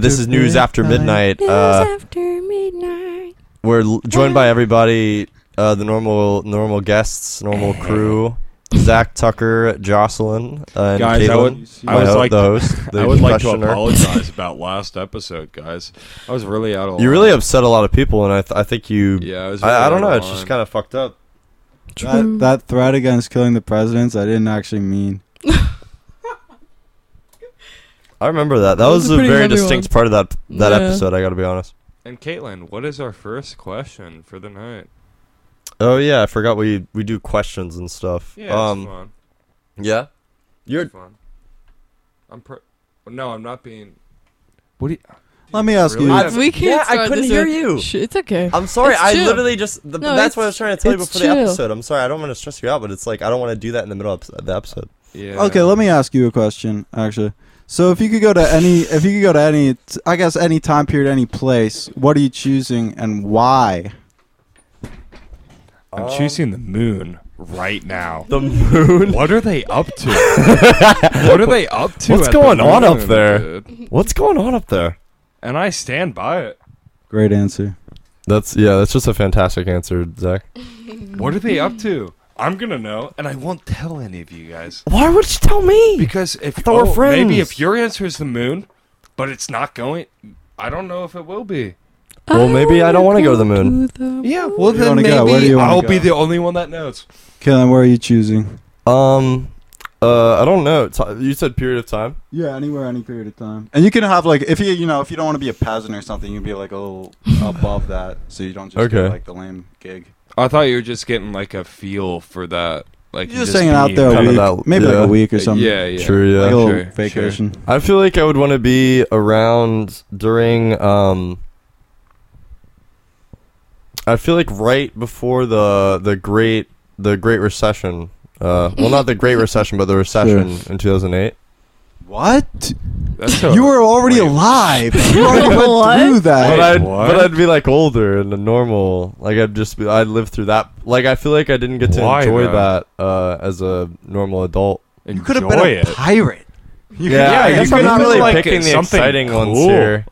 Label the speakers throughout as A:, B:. A: This is News After Midnight. Uh,
B: after midnight.
A: we're l- joined by everybody, uh, the normal normal guests, normal crew. Zach Tucker, Jocelyn, uh, and
C: Guys, I would-
A: Caitlin.
C: I would
A: my ho-
C: like
A: the
C: to-
A: host, the
C: I would like to
A: questioner.
C: apologize about last episode, guys. I was really out of
A: You really
C: line.
A: upset a lot of people, and I, th- I think you.
C: Yeah, I was. Really
A: I, I don't know.
C: out
A: It's just kind of fucked up.
B: True.
D: That, that threat against killing the presidents, I didn't actually mean.
A: I remember that. That,
B: That
A: was,
B: was a
A: a
B: pretty
A: very
B: heavy
A: distinct part of that that
B: Yeah.
A: episode. I got to be honest.
C: And Caitlin, what is our first question for the night?
A: Oh yeah, I forgot we we do questions and stuff.
C: Yeah,
A: um,
C: it's fun.
A: yeah. You're
C: It's fun. I'm. Pr- no, I'm not being. What do you?
D: Let me ask
C: Really?
D: you.
C: I've-
B: We can't
A: Yeah, I
B: start
A: couldn't
B: this
A: hear
B: with-
A: you.
B: Sh- it's okay.
A: I'm sorry.
B: It's
A: I
B: chill.
A: literally just the,
B: No,
A: that's
B: it's-
A: what I was trying to tell you
B: it's
A: before the
B: chill.
A: episode. I'm sorry. I don't want to stress you out, but it's like I don't want to do that in the middle of the episode.
C: Yeah.
D: Okay, let me ask you a question, actually. So, if you could go to any, if you could go to any, t- I guess any time period, any place, what are you choosing and why?
C: I'm
A: Um,
C: choosing the moon right now.
A: the moon.
C: what are they up to? what are they up to?
A: What's
C: at the
A: going on up
C: moon,
A: there?
C: dude?
A: What's going on up there?
C: And I stand by it.
D: Great answer.
A: That's yeah. That's just a fantastic answer, Zach.
C: What are they
D: Mm.
C: up to? I'm gonna know, and I won't tell any of you guys.
A: Why would you tell me?
C: Because if
A: thought we're
C: oh, maybe
A: friends.
C: if your answer is the moon, but it's not going, I don't know if it will be.
A: Well, maybe I don't wanna go to the moon.
C: Yeah, well
D: you then wanna go? Where maybe do you wanna
C: I'll
D: go?
C: be the only one that knows.
D: Killen, where are you choosing?
A: Um, uh, I don't know. Ti- You said period of time.
D: Yeah, anywhere, any period of time. And you can have like, if you, you know, if you don't want to be a peasant or something, you can be like a little above that, so you don't just
A: Okay.
D: get like the lame gig.
C: I thought you were just getting like a feel for that, like
D: You're just, hanging out there a
A: Kinda
D: week,
A: that-
D: maybe
A: yeah.
D: like a week or something.
C: Yeah, yeah.
A: True. Yeah.
D: like a little
C: sure, sure.
D: vacation.
A: I feel like I would want to be around during um I feel like right before the the great the great recession. Uh well not the great recession but the recession in 2008.
D: What?
C: That's
D: You were already
C: Wait.
D: alive. You already
B: What?
D: went through
A: But
C: Wait,
D: that.
A: I'd
C: what?
A: but I'd be like older and the normal. Like I'd just be I'd live through that. Like I feel like I didn't get to
C: Why,
A: enjoy
C: though?
A: that uh as a normal adult.
D: You could have been a
C: it.
D: pirate. You
A: Yeah,
D: could've
A: I
D: been
A: guess
D: a
A: I'm not
D: pirate.
A: really picking the exciting ones here.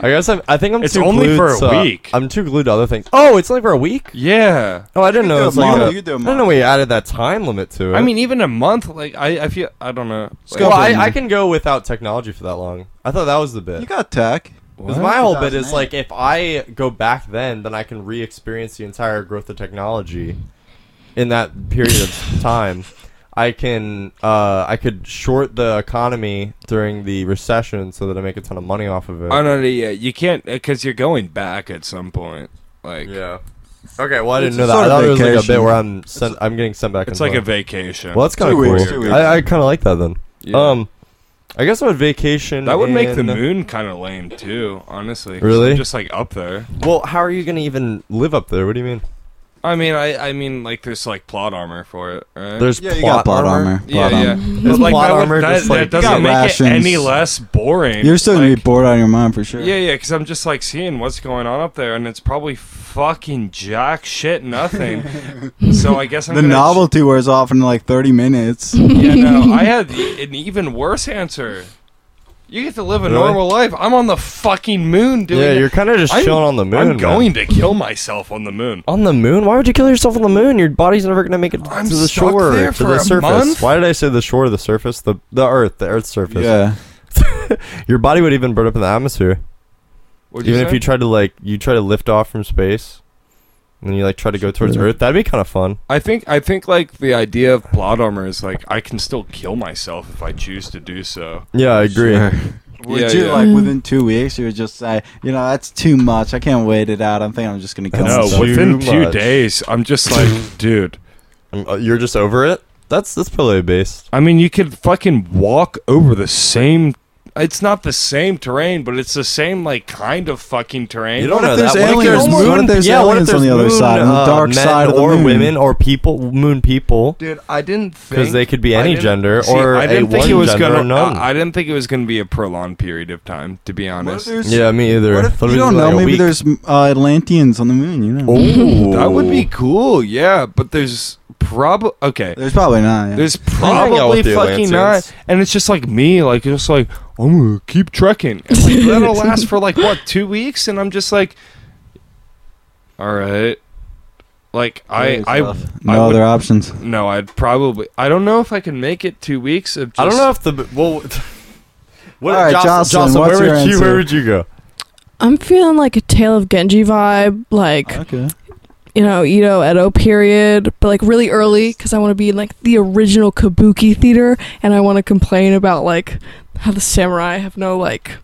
A: I guess I'm, I think I'm
C: It's
A: too
C: only
A: glued
C: for a
A: to-
C: week.
A: I'm too glued to other things. Oh, it's only for a week?
C: yeah.
A: Oh, I didn't know.
D: do a
A: It's like
D: month.
A: a,
D: You could do a
A: I didn't know
D: month.
A: we added that time limit to it.
C: I mean, even a month. Like I, I feel I don't know.
D: Let's
A: well,
D: go for
A: I,
D: it,
A: I
D: man.
A: can go without technology for that long. I thought that was the bit.
D: You got tech.
A: Because my whole bit is
D: 2008.
A: like, if I go back then, then I can re-experience the entire growth of technology in that period of time. I can, uh, I could short the economy during the recession so that I make a ton of money off of it.
C: Oh no, no, yeah, you can't because you're going back at some point. Like
A: Yeah. Okay. Well, I didn't
D: It's a
A: know that. I
D: sort of
A: thought it was like a bit
D: vacation.
A: where I'm sent, I'm getting sent back.
C: it's
A: in
C: like a
A: time.
C: vacation.
A: well, that's kind of
D: Two
A: cool.
D: weeks, two weeks.
A: I, I kind of like that then.
C: Yeah.
A: Um, I guess I would vacation.
C: that would make the
A: in-
C: moon kind of lame too, honestly. 'cause
A: Really?
C: they're Just like up there.
A: Well, how are you gonna even live up there? What do you mean?
C: I mean, I I mean, like there's like plot armor for it, right?
A: There's
D: Yeah,
A: plot,
D: you got plot
A: armor.
D: armor.
C: yeah,
D: Plot
C: yeah.
D: armor.
C: But, like,
A: plot
C: that, would-
A: armor
C: that,
A: just, like,
C: that
D: you
C: doesn't
D: got
C: make
D: rations.
C: it any less boring.
D: You're still gonna be
C: Like,
D: bored out of your mind for sure.
C: Yeah, yeah, because I'm just like seeing what's going on up there, and it's probably fucking jack shit, nothing. so I guess I'm
D: The
C: gonna
D: novelty wears off in like 30 minutes.
C: Yeah, no, I had the- an even worse answer. You get to live a
A: Really?
C: normal life. I'm on the fucking moon doing.
A: Yeah,
C: it.
A: you're kind of just
C: I'm-
A: chilling on the moon.
C: I'm
A: man.
C: going to kill myself on the moon.
A: on the moon. Why would you kill yourself on the moon? Your body's never gonna make it
C: I'm
A: to the
C: stuck
A: shore,
C: there
A: to
C: for
A: the
C: a
A: surface.
C: month?
A: Why did I say the shore, the surface, the the Earth, the Earth's surface?
D: yeah.
A: Your body would even burn up in the atmosphere,
C: What'd
A: even if
C: say?
A: you tried to like you try to lift off from space, and then you like try to go towards Earth. That'd be kind of fun.
C: I think I think like the idea of plot armor is like I can still kill myself if I choose to do so.
A: Yeah, I agree.
D: Sure. Would
C: Yeah,
D: you
C: yeah.
D: like within two weeks? You would just say, you know, that's too much. I can't wait it out. I'm thinking I'm just gonna kill
A: That's
C: No,
A: too
D: myself.
C: within two
A: much.
C: days, I'm just like, dude.
A: Um, uh, You're just over it. That's that's probably based.
C: I mean, you could fucking walk over the same. It's not the same terrain, but it's the same like kind of fucking terrain.
A: You don't
D: What
A: know
D: if
A: that.
D: there's aliens?
A: moon-
D: What if there's
A: yeah, what if
D: aliens on
A: there's
D: the other
A: moon,
D: side, on the
A: uh,
D: dark
A: men
D: side of the
A: or
D: moon?
A: women or people, moon people,
C: Dude, I didn't think
A: because they could be
C: I
A: any
C: didn't-
A: gender
C: see,
A: or
C: I
A: a
C: didn't
A: one
C: think it was
A: gender
C: gonna.
A: or none.
C: I, I didn't think it was gonna be a prolonged period of time, to be honest.
A: yeah, me either.
D: What if,
A: Thought it
D: you
A: was
D: don't
A: like
D: know.
A: a
D: Maybe
A: week. Oh.
D: there's uh, Atlanteans on the moon. You know,
A: Ooh.
C: That would be cool, yeah. But there's probably okay.
D: there's probably not. Yeah.
C: There's
A: hang out
C: probably
A: with the
C: fucking
A: Atlanteans.
C: not, and it's just like me, like just like I'm gonna keep trekking. And like, that'll last for like what two weeks, and I'm just like, all right. Like I, I,
A: No
D: No
C: I would-
D: other options.
C: no, I'd probably. I don't know if I can make it two weeks. Of just,
A: I don't know if the well. what,
D: All right,
A: Jocelyn, Jocelyn,
D: Jocelyn, what's
A: where
D: your
A: would you
D: answer?
A: where would you go?
B: I'm feeling like a Tale of Genji
A: Uh-huh.
B: vibe, like
D: Okay.
B: you know Edo Edo period, but like really early because I want to be in like the original Kabuki theater, and I want to complain about like how the samurai have no like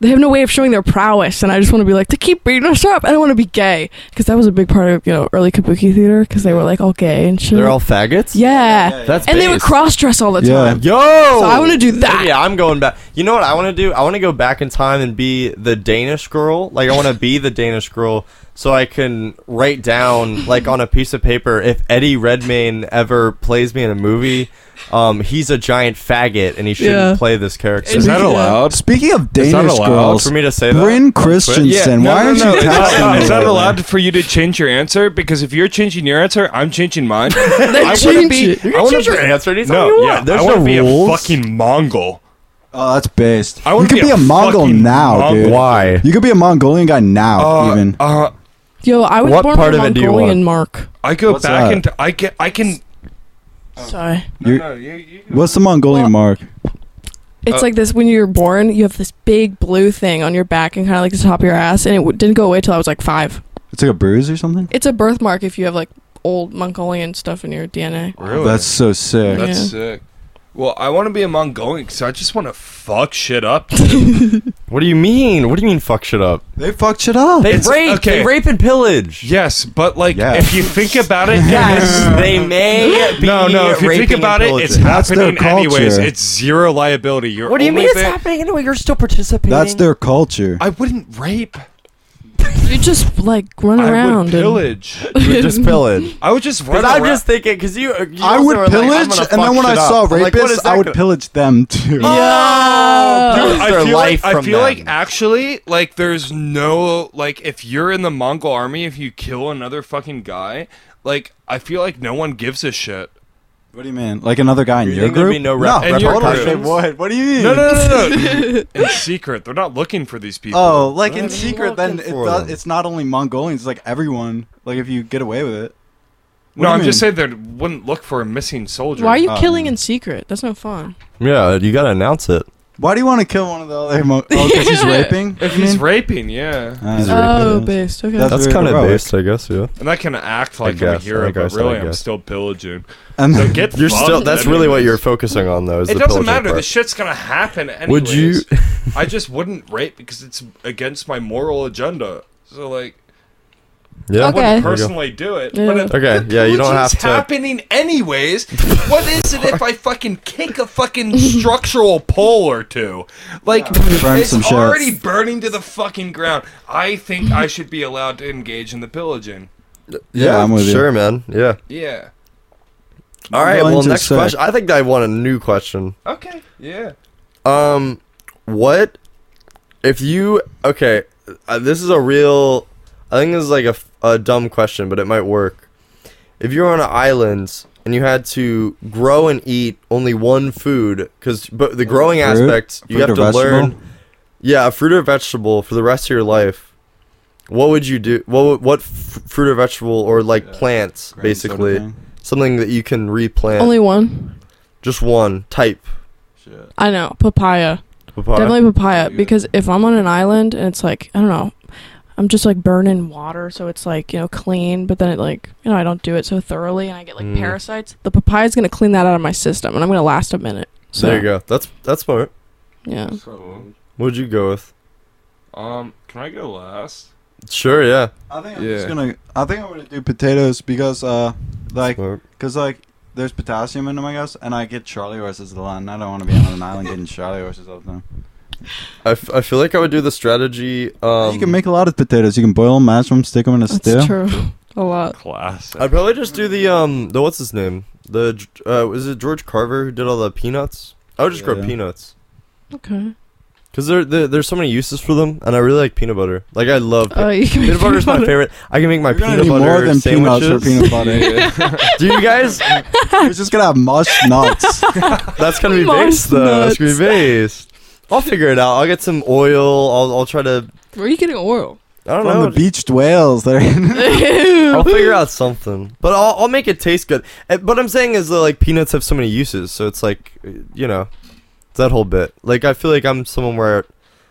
B: they have no way of showing their prowess, and I just want to be like they keep beating us up, and I want to be gay because that was a big part of you know early Kabuki theater because they were like all gay and shit.
A: They're all faggots.
B: yeah,
A: That's
B: and they would
A: based.
B: cross dress all the
D: Yeah.
B: time.
A: Yo,
B: So I want to do that.
A: Yeah, I'm going back. You know what I want to do? I want to go back in time and be the Danish girl. Like I want to be the Danish girl, so I can write down like on a piece of paper if Eddie Redmayne ever plays me in a movie, um, he's a giant faggot and he shouldn't
B: Yeah.
A: play this character.
C: Is that
B: Yeah.
C: allowed?
D: Speaking of
C: that
D: Danish
C: allowed
D: girls,
A: for me to say that?
D: Bryn Christensen,
C: no,
D: why
C: no,
D: aren't
C: no,
D: you
C: it's not
D: texting
C: allowed.
D: me?
C: It's not
D: lately?
C: allowed for you to change your answer because if you're changing your answer, I'm changing mine. I
B: change
C: want to be.
B: it.
A: You
B: You
C: I
A: can
C: want
A: choose
C: to
A: your
C: be.
A: answer anytime
C: No,
A: you want.
C: yeah,
A: There's
C: I want to
A: no
C: be a
A: rules.
C: fucking Mongol.
D: Oh, that's based.
C: I
D: you
C: wanna
D: could
C: be
D: be,
C: a
D: a Mongol
C: fucking
D: now,
C: Mongol.
D: dude.
A: Why?
D: You could be a Mongolian guy now,
C: Uh,
D: even.
C: uh,
B: Yo, I was
A: What
B: born
A: part
B: with
A: of it do you want?
B: Mongolian mark.
C: I go
D: What's
C: back
D: that?
C: into. I get. I can.
B: Sorry.
D: You're-
C: you, you,
D: What's the Mongolian
B: Well-
D: mark?
B: It's
C: Uh,
B: like this when you're born, you have this big blue thing on your back and kind of like the top of your ass, and it w- didn't go away till I was like five.
D: It's like a bruise or something.
B: It's a birthmark if you have like old Mongolian stuff in your DNA.
C: really?
D: That's so sick.
B: Yeah.
C: That's sick. Well, I want to be a Mongolian because I just want to fuck shit up. dude.
A: What do you mean? What do you mean? Fuck shit up.
D: They fucked shit up.
A: They
C: It's-
A: rape.
C: okay.
A: They rape and pillage.
C: yes, but like
D: Yeah.
C: if you think about it,
A: Yes, they may be.
C: no, no. If you
A: raping
C: think about
A: and
C: it, it's
A: pillaging.
D: That's their
C: happening anyways.
D: culture.
C: It's zero liability. You're
A: What do you
C: only
A: mean it's
C: there-
A: happening anyway? You're still participating.
D: That's their culture.
C: I wouldn't rape.
B: You just like run
C: I
B: around.
C: would
B: and
C: pillage.
A: You would just pillage.
C: I would just run
A: Because
C: around.
A: I'm just thinking, because you, you
D: I
A: also
D: would
A: are like, I'm
D: pillage,
A: gonna
D: and then
A: fuck
D: when I
A: shit
D: saw
A: up. I'm like,
D: rapists,
A: what is that
D: I would
A: gonna-
D: pillage them too.
B: Yeah.
A: Dude,
C: I
A: their
C: feel,
A: life
C: like, I
A: from
C: feel like
A: them.
C: actually, like there's no like if you're in the Mongol army, if you kill another fucking guy, like I feel like no one gives a shit.
D: What do you mean? Like another guy in
A: You
D: your
A: think there'd
D: group?
A: be no
D: no,
A: rep-
C: In your
D: totally they
C: group.
D: would. What do you mean?
C: No, no, no, no. no. in secret, they're not looking for these people.
D: Oh, like
A: What
D: in
A: are you
D: secret, then
A: looking
D: it
A: for
D: does,
A: them?
D: it's not only Mongolians, it's like everyone. Like if you get away with it. What do
C: no,
D: you
C: I'm just
D: mean?
C: saying they wouldn't look for a missing soldier.
B: Why are you
D: Oh,
B: killing
D: man.
B: in secret? That's no fun.
A: Yeah, you gotta announce it.
D: Why do you want to kill one of the other? Mo- oh, because he's raping.
C: If
D: You
C: he's
D: mean?
C: raping, yeah,
D: Ah,
A: He's
D: that's what
B: Oh,
D: it is.
B: based. Okay.
D: That's-
A: That's
D: very
A: kind of
D: heroic.
A: based, I guess. Yeah.
C: and I can act like I'm
A: guess,
C: a hero,
A: like I
C: but
A: said,
C: really
A: I
C: I'm
A: guess.
C: still pillaging.
D: And
C: So get
A: You're
C: fucked,
A: still. That's really what
C: anyways.
A: you're focusing on, though. Is
C: It
A: the
C: doesn't
A: pillaging
C: matter.
A: Part.
C: The shit's gonna happen anyways.
A: Would you?
C: I just wouldn't rape because it's against my moral agenda. So like,
A: yeah.
B: Okay. There
C: I
B: you
C: wouldn't
B: go.
C: personally do it.
B: Yeah.
C: But it,
A: Okay, yeah, you don't
C: pillaging's
A: have to-
C: happening anyways. what is it if I fucking kick a fucking structural pole or two? Like,
D: Burn
C: it's
D: some shit.
C: already burning to the fucking ground. I think I should be allowed to engage in the pillaging.
D: Yeah, I'm with you.
A: Sure, man. Yeah.
C: Yeah.
A: All right.
D: going
A: Well,
D: to
A: next
D: sec.
A: question. I think I want a new question.
C: Okay. Yeah.
A: Um, what if you? Okay, uh, this is a real. I think this is like a, f- a dumb question, but it might work. If you're on an island and you had to grow and eat only one food, because but the growing
D: fruit?
A: aspect you
D: Fruit
A: have
D: or
A: to learn.
D: vegetable?
A: Yeah, a fruit or vegetable for the rest of your life. What would you do? What would- what f- fruit or vegetable or like plants,
D: Grain sort of
A: basically
D: thing.
A: something that you can replant?
B: Only one.
A: just one type.
B: I know papaya.
A: Papaya.
B: Definitely papaya
C: Yeah.
B: because if I'm on an island and it's like I don't know, I'm just like burning water, so it's like you know clean, but then it like you know I don't do it so thoroughly and I get like
A: Mm.
B: parasites. The papaya's gonna clean that out of my system, and I'm gonna last a minute. So
A: There you go. That's that's smart.
B: Yeah,
A: What would you go with?
C: Um. Can I go last?
A: Sure, yeah.
D: I think I'm just
C: Yeah.
D: gonna. I think I'm gonna do potatoes because, uh, like,
A: Smart.
D: because like, there's potassium in them, I guess, and I get Charlie horses a lot, and I don't want to be on an island getting Charlie horses all the time.
A: I, f- I feel like I would do the strategy. Um,
D: you can make a lot of potatoes. You can boil them, mash them, stick them in a
B: that's
D: stew.
B: true. a lot.
C: Class.
A: I'd probably just do the um the what's his name the G- uh was it George Carver who did all the peanuts? I would just grow
D: Yeah.
A: peanuts
B: Okay.
A: because there, there there's so many uses for them, and I really like peanut butter. Like I love.
B: Oh, you can make
A: Peanut butter is my
B: peanut butter.
A: favorite. I can make my
D: You're gonna
A: peanut
D: need
A: butter
D: more than peanuts
A: sandwiches.
D: for peanut butter.
A: do you guys?
D: You're just gonna have mushed nuts.
A: That's gonna be
B: Mars
A: based though. That's gonna be
B: nuts.
A: based. I'll figure it out. I'll get some oil. I'll, I'll try to.
B: Where are you getting oil?
A: I don't
D: From
A: know.
D: the beached whales. They're in.
A: I'll figure out something, but I'll, I'll make it taste good. Uh, What I'm saying is that like peanuts have so many uses, so it's like uh, you know, it's that whole bit. Like I feel like I'm someone where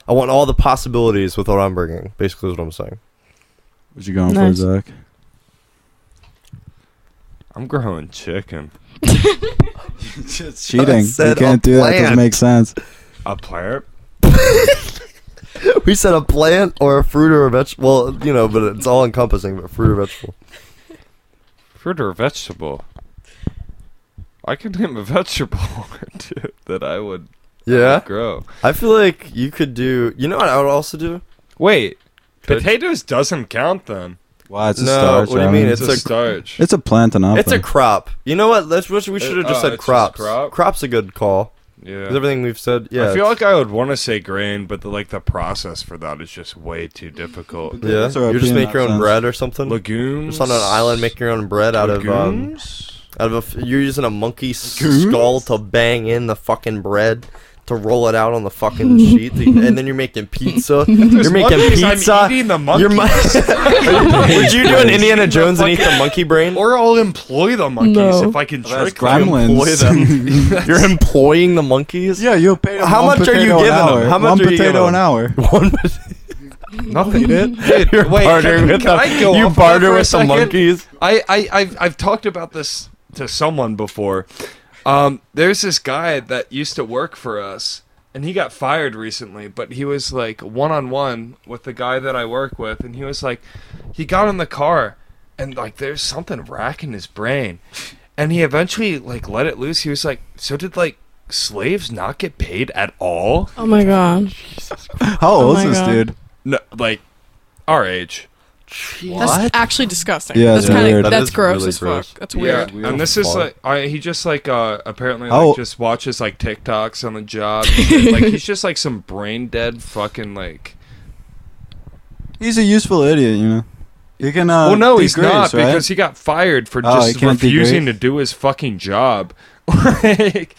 A: I want all the possibilities with what I'm bringing. Basically, is what I'm saying.
D: what you going
B: Nice.
D: for, Zach?
C: I'm growing chicken.
D: It's cheating. You
A: said
D: can't
A: a
D: do that. It doesn't
A: plant.
D: make sense.
C: A player?
A: We said a plant or a fruit or a vegetable. Well, you know, but it's all encompassing. But fruit or vegetable.
C: Fruit or vegetable? I could name a vegetable or two that I would
A: Yeah,
C: grow.
A: I feel like you could do. You know what I would also do?
C: Wait,
A: Could-
C: potatoes doesn't count then.
D: Why? It's a
A: No,
D: starch.
A: what do you
D: I
A: mean?
D: mean?
C: It's,
A: It's
C: a,
A: a-
C: starch.
D: It's a plant and
A: It's a
D: nothing.
A: crop. You know what? That's what we should have just
C: Uh,
A: said.
C: it's just
A: Crops.
C: crop?
A: Crops a good call. 'Cause
C: yeah.
A: Everything we've said. Yeah.
C: I feel like I would want to say grain, but the, like the process for that is just way too difficult.
A: Yeah,
D: That's what
A: you just
D: peanut
A: make your own
D: sounds.
A: bread or something.
C: Legumes.
A: just on an island, make your own bread out of um,
C: Legumes?
A: out of a f- you're using a monkey's
D: Goons?
A: skull to bang in the fucking bread to roll it out on the fucking sheet, and then you're making pizza. you're making
C: monkeys, I'm
A: pizza.
C: eating the monkey.
A: You're mon- Would you do an Indiana Jones and eat the monkey brain?
C: Or I'll employ the monkeys
B: No.
C: if I can
A: Oh,
D: That's
C: trick them.
A: employ
D: gremlins.
A: You're employing the monkeys.
D: yeah, you'll pay them
A: How
D: one
A: much are you
D: potato an
A: giving them?
D: hour.
A: How much
D: one
A: are you
D: potato
A: giving
D: an
A: them?
D: hour.
A: One
C: Nothing.
A: minute. You're
C: wait,
A: bartering
C: can-
A: with
C: can I go
A: the, you
C: off on that
A: barter
C: for a
A: with the
C: second?
A: monkeys.
C: I, I I've I've talked about this to someone before. Um, there's this guy that used to work for us, and he got fired recently. But he was like one on one with the guy that I work with, and he was like, he got in the car, and like there's something racking his brain, and he eventually like let it loose. He was like, so did like slaves not get paid at all?
B: Oh my god.
D: How old
B: my
D: is this
B: God.
D: dude?
C: No, like our age.
B: That's actually disgusting.
D: Yeah,
B: that's
D: it's
B: kind
D: weird.
B: of
A: That
B: that's
A: is
B: gross
A: really
B: as
A: gross.
B: fuck. That's weird.
C: Yeah, and this is
A: Fuck.
C: like I, he just like uh apparently
D: How-
C: like just watches like TikToks on the job. like he's just like some brain dead fucking like.
D: He's a useful idiot, you know. You can. Uh,
C: well, no, he's
D: degrade,
C: not
D: right?
C: because he got fired for
D: Oh, he
C: just
D: can't
C: refusing
D: degrade?
C: to do his fucking job. like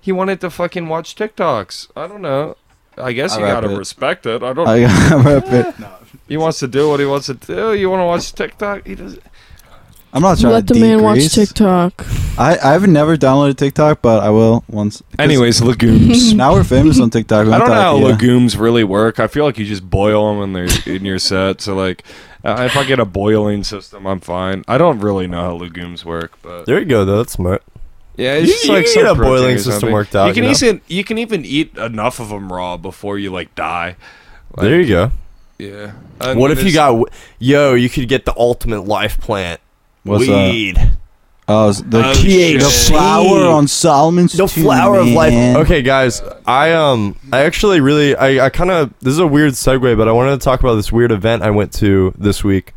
C: he wanted to fucking watch TikToks. I don't know. I guess
D: I
C: you gotta
D: rep it.
C: respect it. I don't.
D: I got rep it.
C: he wants to do what he wants to do. You want to watch TikTok? He does.
D: I'm not trying
B: Let
D: to
B: the man watch
D: degrease.
B: TikTok.
D: I I've never downloaded TikTok, but I will once. because
C: Anyways, legumes.
D: now we're famous on TikTok. we
C: I don't know
D: thought,
C: how
D: yeah.
C: legumes really work. I feel like you just boil them in their in your set. So like, uh, if I get a boiling system, I'm fine. I don't really know how legumes work, but
A: There you go, though. That's smart.
C: yeah,
A: it's You- just you like can some get a protein boiling or system something. worked out,
C: You can
A: you know?
C: even you can even eat enough of them raw before you like die. Like,
A: there you go.
C: Yeah.
A: What if you got, w- yo? You could get the ultimate life plant.
D: What's that?
A: Weed.
D: Oh, s- the
C: Oh,
D: key,
C: shit.
D: the flower on Solomon's
A: The
D: tomb,
A: flower of life.
D: man.
A: Okay, guys, I um, I actually really, I, I kind of. This is a weird segue, but I wanted to talk about this weird event I went to this week.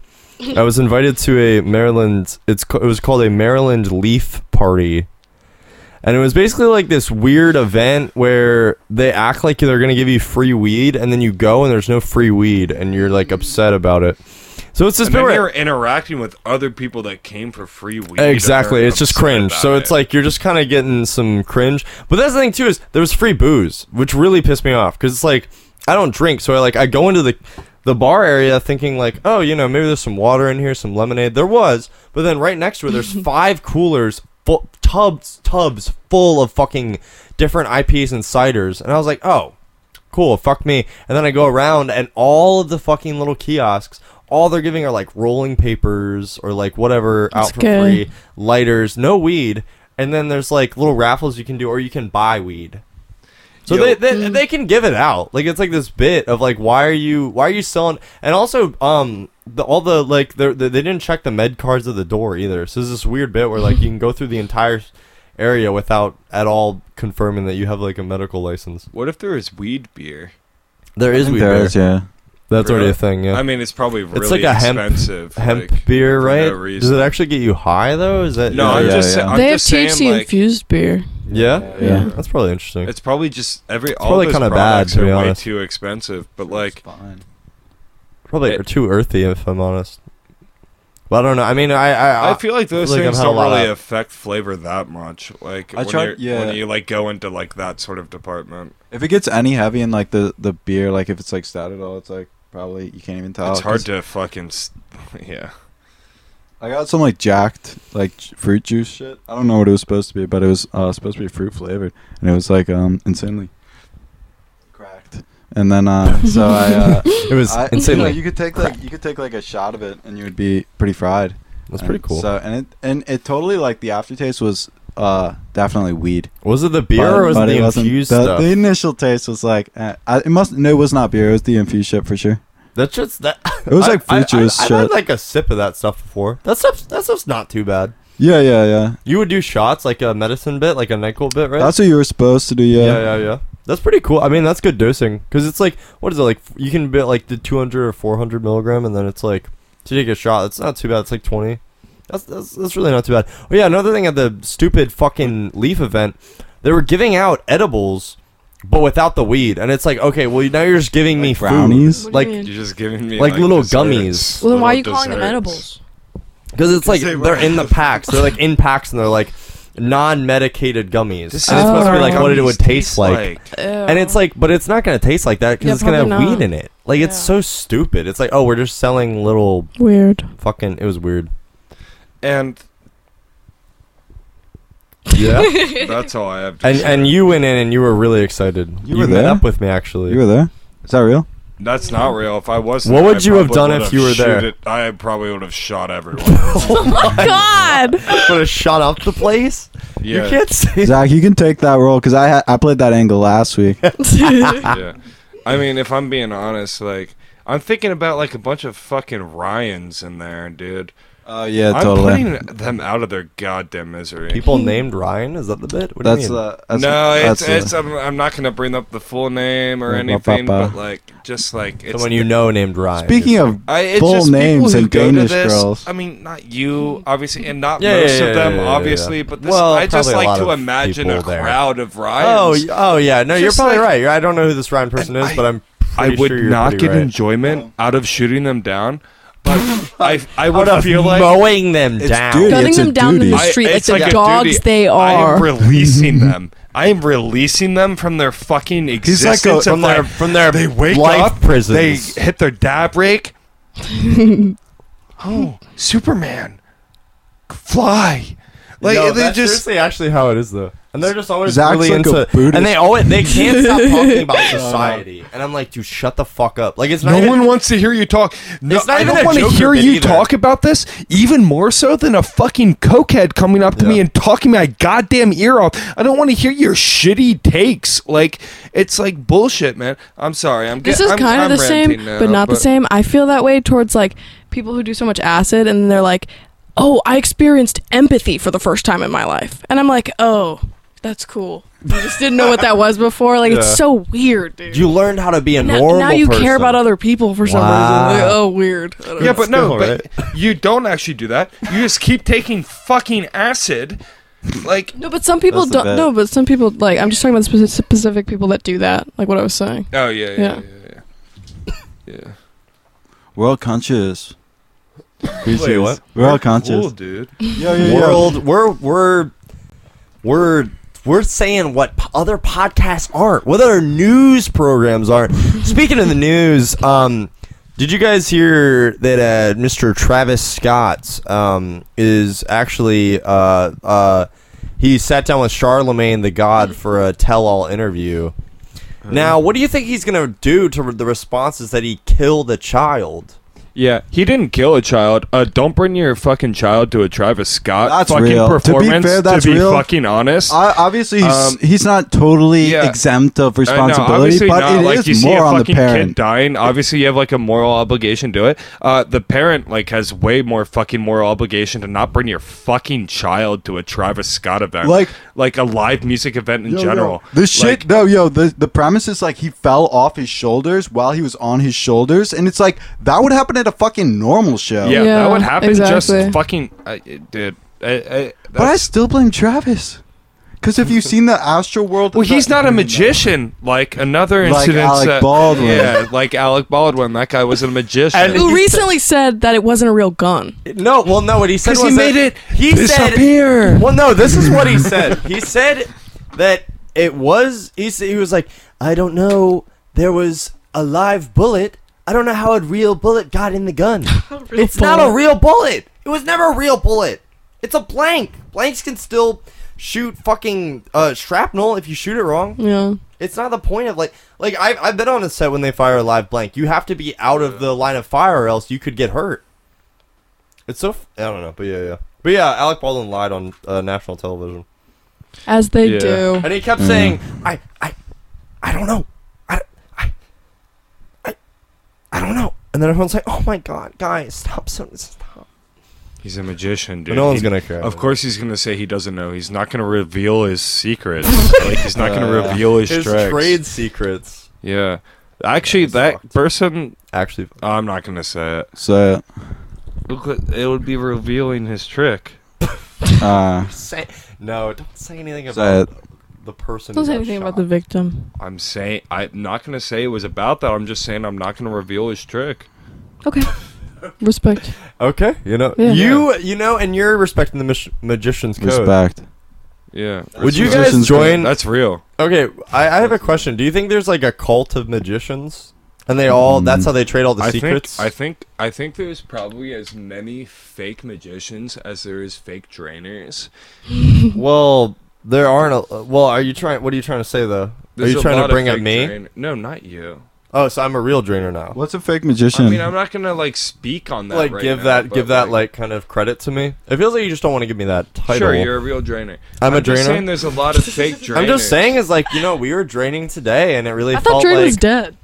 A: I was invited to a Maryland. It's ca- it was called a Maryland Leaf Party, and it was basically like this weird event where they act like they're gonna give you free weed, and then you go and there's no free weed, and you're like upset about it. So it's this
C: And
A: bit
C: then
A: where-
C: you're interacting with other people that came for free weed. and
A: Exactly.
C: they're
A: It's just
C: upset
A: cringe. So
C: about
A: it's
C: it.
A: like you're just kind of getting some cringe. But that's the thing too is there was free booze, which really pissed me off because it's like I don't drink, so I like I go into the the bar area thinking like, oh, you know, maybe there's some water in here, some lemonade. There was, but then right next to it, there's five coolers, full, tubs, tubs full of fucking different IPs and ciders, and I was like, oh, cool, fuck me. And then I go around and all of the fucking little kiosks, all they're giving are like rolling papers or like whatever out for
B: gay.
A: free, lighters, no weed. And then there's like little raffles you can do or you can buy weed. So
C: Yo.
A: they, they they can give it out. Like it's like this bit of like why are you why are you selling and also um the, all the like they they didn't check the med cards of the door either. So there's this weird bit where like you can go through the entire area without at all confirming that you have like a medical license.
C: what if there is weed beer?
A: There
D: I
A: is
D: think
A: weed
D: there
A: there.
D: is, yeah.
A: That's already
C: Really?
A: a thing, yeah.
C: I mean, it's probably really
A: like a hemp-
C: expensive.
A: Hemp
C: like,
A: beer,
C: for
A: right?
C: no
A: Does
C: reason.
A: it actually get you high though? Is that
C: No,
D: Yeah,
C: I'm
D: yeah,
C: just.
D: yeah.
C: I'm
B: they have
C: just saying,
B: THC
C: like,
B: infused beer.
A: yeah?
D: Yeah.
A: That's probably interesting.
C: It's probably just every all
A: probably
C: those
A: kinda bad,
C: products
A: to be
C: are way
A: honest.
C: too expensive. But like,
D: fine.
A: probably
C: it-
A: too earthy if I'm honest. But I don't know. I mean, I I,
C: I feel like those
A: like I've
C: things
A: had a
C: don't
A: lot
C: really
A: of-
C: affect flavor that much. Like
D: I
C: when,
D: tried-
C: you're,
D: yeah.
C: when you like go into like that sort of department,
D: If it gets any heavy in like the the beer, like if it's like stout at all, it's like probably you can't even tell.
C: it's hard
D: Oh, 'cause
C: to fucking. s yeah,
D: I got some like jacked like j- fruit juice shit. I don't know what it was supposed to be, but it was uh, supposed to be fruit flavored, and it was like um insanely cracked. And then uh, so I. Uh,
A: it was
D: I-
A: insanely.
D: You, know, you could take like you could take like a shot of it, and you would be pretty fried.
A: That's
D: And
A: pretty cool.
D: So and it and it totally like the aftertaste was uh definitely weed.
A: was it the beer
D: But-
A: or was it
D: but
A: the
D: wasn't-
A: infused
D: the,
A: stuff?
D: The initial taste was like eh, I, it must no, it was not beer. It was the infused shit for sure.
A: That's just that.
D: It was like
A: I,
D: fruit juice
A: I, I,
D: shit.
A: had like a sip of that stuff before. That stuff's that stuff's not too bad.
D: Yeah, yeah, yeah.
A: You would do shots like a medicine bit, like a Nyquil bit, right?
D: That's what you were supposed to do. Yeah,
A: yeah, yeah, yeah. That's pretty cool. I mean, that's good dosing because it's like what is it like? f- You can bit like the 200 or 400 milligram, and then it's like to take a shot. It's not too bad. It's like 20. That's that's, that's really not too bad. Oh yeah, another thing at the stupid fucking leaf event, they were giving out edibles, but without the weed, and it's like okay, well now you're just giving me
D: Like
A: brownies.
D: brownies.
B: What do you
A: Like,
B: mean?
C: you're just giving me
A: Like little
C: desserts,
A: gummies.
B: Well, then why are you
C: little
B: calling them
C: desserts.
B: edibles?
A: because it's like
C: they
A: they
C: were-
A: are in the packs. They're like in packs, and they're like non-medicated gummies.
C: This
A: and
B: is
A: it's supposed to be
B: what
A: like what it
C: gummies
A: would taste like. And it's like, but it's not going to taste like that because
B: Yeah,
A: it's going to have
B: probably not.
A: weed in it. Like, it's
B: Yeah.
A: so stupid. It's like, oh, we're just selling little
B: weird.
A: fucking. It was weird.
C: and
A: Yeah.
C: that's all I have. To
A: and
C: say.
A: and you went in and you were really excited.
D: You were
A: met
D: there?
A: up with me actually.
D: You were there. Is that real?
C: that's not real. If I wasn't,
A: What
C: there,
A: would
C: I
A: you have
C: probably
A: done
C: would
A: if
C: have
A: you were
C: shoot
A: there?
C: it- I probably would have shot everyone.
B: God.
A: would have shot up the place.
C: yeah,
A: You can't say.
D: Zach, you can take that role because I ha- I played that angle last week.
C: yeah. I mean, if I'm being honest, like I'm thinking about like a bunch of fucking Ryans in there, dude.
D: Oh yeah,
C: I'm
D: totally.
C: putting them out of their goddamn misery.
A: People named Ryan. Is that the bit? What
D: that's
A: do you mean?
D: uh, that's
C: no, it's,
D: that's uh,
C: it's I'm, I'm not gonna bring up the full name or
D: Yeah, my
C: anything,
D: papa.
C: but like just like it's
A: someone you know named Ryan.
D: Speaking of
C: I, it's
D: full
C: just
D: names
C: people who
D: and
C: go to
D: Danish
C: this-
D: girls.
C: I mean, not you, obviously, and not
A: Yeah, yeah,
C: most
A: yeah,
C: of them,
A: yeah, yeah, yeah.
C: obviously. But this,
A: Well,
C: I just
A: probably a
C: like
A: lot
C: to
A: of
C: imagine a
A: people there.
C: crowd of
A: oh
C: Ryans.
A: y- oh yeah, no, you're
C: Just
A: probably
C: like-
A: right. You're- I don't know who this Ryan person
C: And
A: is,
C: I-
A: but I'm.
C: I
A: pretty
C: would
A: sure you're
C: not
A: pretty
C: get
A: right.
C: enjoyment
B: Oh.
C: out of shooting them down, but I I
A: Out
C: would
A: of
C: feel like
A: mowing them
D: It's
A: down.
D: duty.
B: Gunning
D: It's a
B: them down in
D: duty.
B: the
C: I-
B: street like
C: it's
B: the
C: a
B: dogs
C: duty.
B: they
C: I am
B: are.
C: releasing them. I am releasing them from their fucking
D: He's like a-
C: existence. of
A: from their from their
C: they wake
A: life
C: up,
A: prisons.
C: they hit their dab break. oh, Superman, fly! Like
A: No,
C: they
A: that's
C: just
A: seriously actually how it is though. And they're just always
D: Zach's
A: really
D: like a
A: into
D: Buddhist.
A: and they always they can't stop talking about society. And I'm like, dude, shut the fuck up. Like it's not
C: no
A: even,
C: one wants to hear you talk. No,
A: It's not
C: I
A: even
C: don't
A: a
C: want to
A: Joker
C: hear
A: bit
C: you
A: either.
C: talk about this even more so than a fucking cokehead coming up to me
A: Yeah.
C: and talking my goddamn ear off. I don't want to hear your shitty takes. Like it's like bullshit, man. I'm sorry. I'm
B: This
C: get-
B: is
C: I'm-
B: kind
C: I'm
B: of the same,
C: ranting now,
B: but not the same. I feel that way towards like people who do so much acid and they're like, "Oh, I experienced empathy for the first time in my life," and I'm like, "Oh, that's cool." You just didn't know what that was before. Like
A: Yeah.
B: it's so weird, dude.
A: You learned how to be a
B: now,
A: normal
B: now you care
A: person.
B: about other people for some
A: Wow.
B: reason. Like, oh, weird. I don't
C: Yeah,
B: know.
C: but no, but you don't actually do that. You just keep taking fucking acid. Like
B: No, but some people
D: That's the
B: don't.
D: bit.
B: No, but some people like. I'm just talking about the speci- specific people that do that. Like what I was saying.
C: oh yeah yeah yeah
B: Yeah.
C: yeah. yeah.
D: world conscious.
A: Wait, what?
D: World conscious.
C: Cool, dude.
D: Yo, yo, yo.
A: world we're we're we're we're saying what p- other podcasts aren't, what other news programs aren't. Speaking of the news, um, did you guys hear that uh, Mr. Travis Scott um, is actually uh, uh, he sat down with Charlemagne the God for a tell-all interview?
C: Uh-huh.
A: Now, what do you think he's gonna do to the responses that he killed a child?
C: Yeah, he didn't kill a child. Uh, don't bring your fucking child to a Travis Scott
D: That's
C: fucking
D: real. To be
C: performance.
D: fair, that's
C: be
D: real.
C: fucking honest,
D: I, obviously, he's,
C: Um,
D: he's not totally
C: yeah.
D: exempt of
C: Uh, no,
D: responsibility,
C: obviously
D: but
C: not.
D: it is
C: like, you see
D: more
C: a
D: on the
C: fucking
D: parent.
C: Kid dying, obviously you have like a moral obligation to it. Uh, the parent like has way more fucking moral obligation to not bring your fucking child to a Travis Scott event,
D: Like-
C: like a live music event in
D: Yo,
C: general.
D: yo. The shit,
C: Like,
D: no, yo, the, the premise is like he fell off his shoulders while he was on his shoulders, and it's like that would happen at a fucking normal show.
C: yeah,
B: Yeah,
C: that would happen. Just
B: exactly.
C: fucking, I, it- dude. I, I,
D: but I
C: that's-
D: still blame Travis. Because have you seen the Astro World?
C: Well, he's not a magician like another
D: Like
C: incident.
D: Alec
C: that-
D: Baldwin.
C: Yeah, like Alec Baldwin. That guy was a magician.
A: And-
B: Who
A: He
B: recently said that it wasn't a real gun.
A: No, well, no. What he said
C: 'Cause
A: was
C: he
A: that-
C: made it
A: He
C: disappear.
A: said, "Well, no. This is what he said. He said that it was. He said, he was like, I don't know. There was a live bullet. I don't know how a real bullet got in the gun. it's not a real bullet. It was never a real bullet. It's a blank. Blanks can still shoot fucking uh, shrapnel if you shoot it wrong.
B: Yeah.
A: It's not the point of like like I've I've been on a set when they fire a live blank. You have to be out of the line of fire or else you could get hurt. It's so f- I don't know, but yeah, yeah, but yeah. Alec Baldwin lied on uh, national television,
B: As they
C: Yeah.
B: do.
A: and he kept saying, "I I I don't know, I I I, I don't know." And then everyone's like, "Oh my god, guys, stop, so- stop."
C: he's a magician, dude.
A: no one's
C: He-
A: gonna care.
C: Of course, he's gonna say he doesn't know. He's not gonna reveal his secrets. like he's not gonna
D: Uh,
C: reveal his,
A: his
C: tricks.
A: trade secrets
C: Yeah, actually,
A: That's
C: that
A: fucked.
C: person.
A: actually.
C: I'm not gonna say it.
D: So,
C: It would be revealing his trick.
D: uh,
A: Say, no, don't say anything
D: Say
A: about the person. who
B: Don't say
A: got
B: anything about
A: shot.
B: the victim.
C: I'm saying I'm not gonna say it was about that. I'm just saying I'm not gonna reveal his trick.
B: Okay. Respect.
A: Okay, you know
B: Yeah.
A: you you know, and you're respecting the mag- magician's code.
D: respect.
C: Yeah,
A: Would you guys
D: Magician's
A: join?
C: that's real.
A: Okay, I, I have a question. Do you think there's like a cult of magicians, and they all that's how they trade all the
C: I
A: secrets?
C: Think, I think I think there's probably as many fake magicians as there is fake drainers.
A: well, there aren't. A, well, are you trying? What are you trying to say though?
C: There's
A: are you
C: a
A: trying
C: lot
A: to
C: of
A: bring up
C: fake
A: me?
C: drain- no, not you.
A: Oh, so I'm a real drainer now.
D: What's a fake magician?
B: Hmm.
C: I mean, I'm not gonna like speak on that.
A: Like
C: right
A: give
C: now,
A: that
C: but,
A: give that like kind of credit to me. It feels like you just don't want to give me that title.
C: Sure, you're a real drainer.
A: I'm a
C: Just
A: drainer?
C: saying there's a lot of fake drainers.
A: I'm just saying, is like you know we were draining today, and it really
B: I
A: felt
B: thought Jordan
A: like
B: was dead.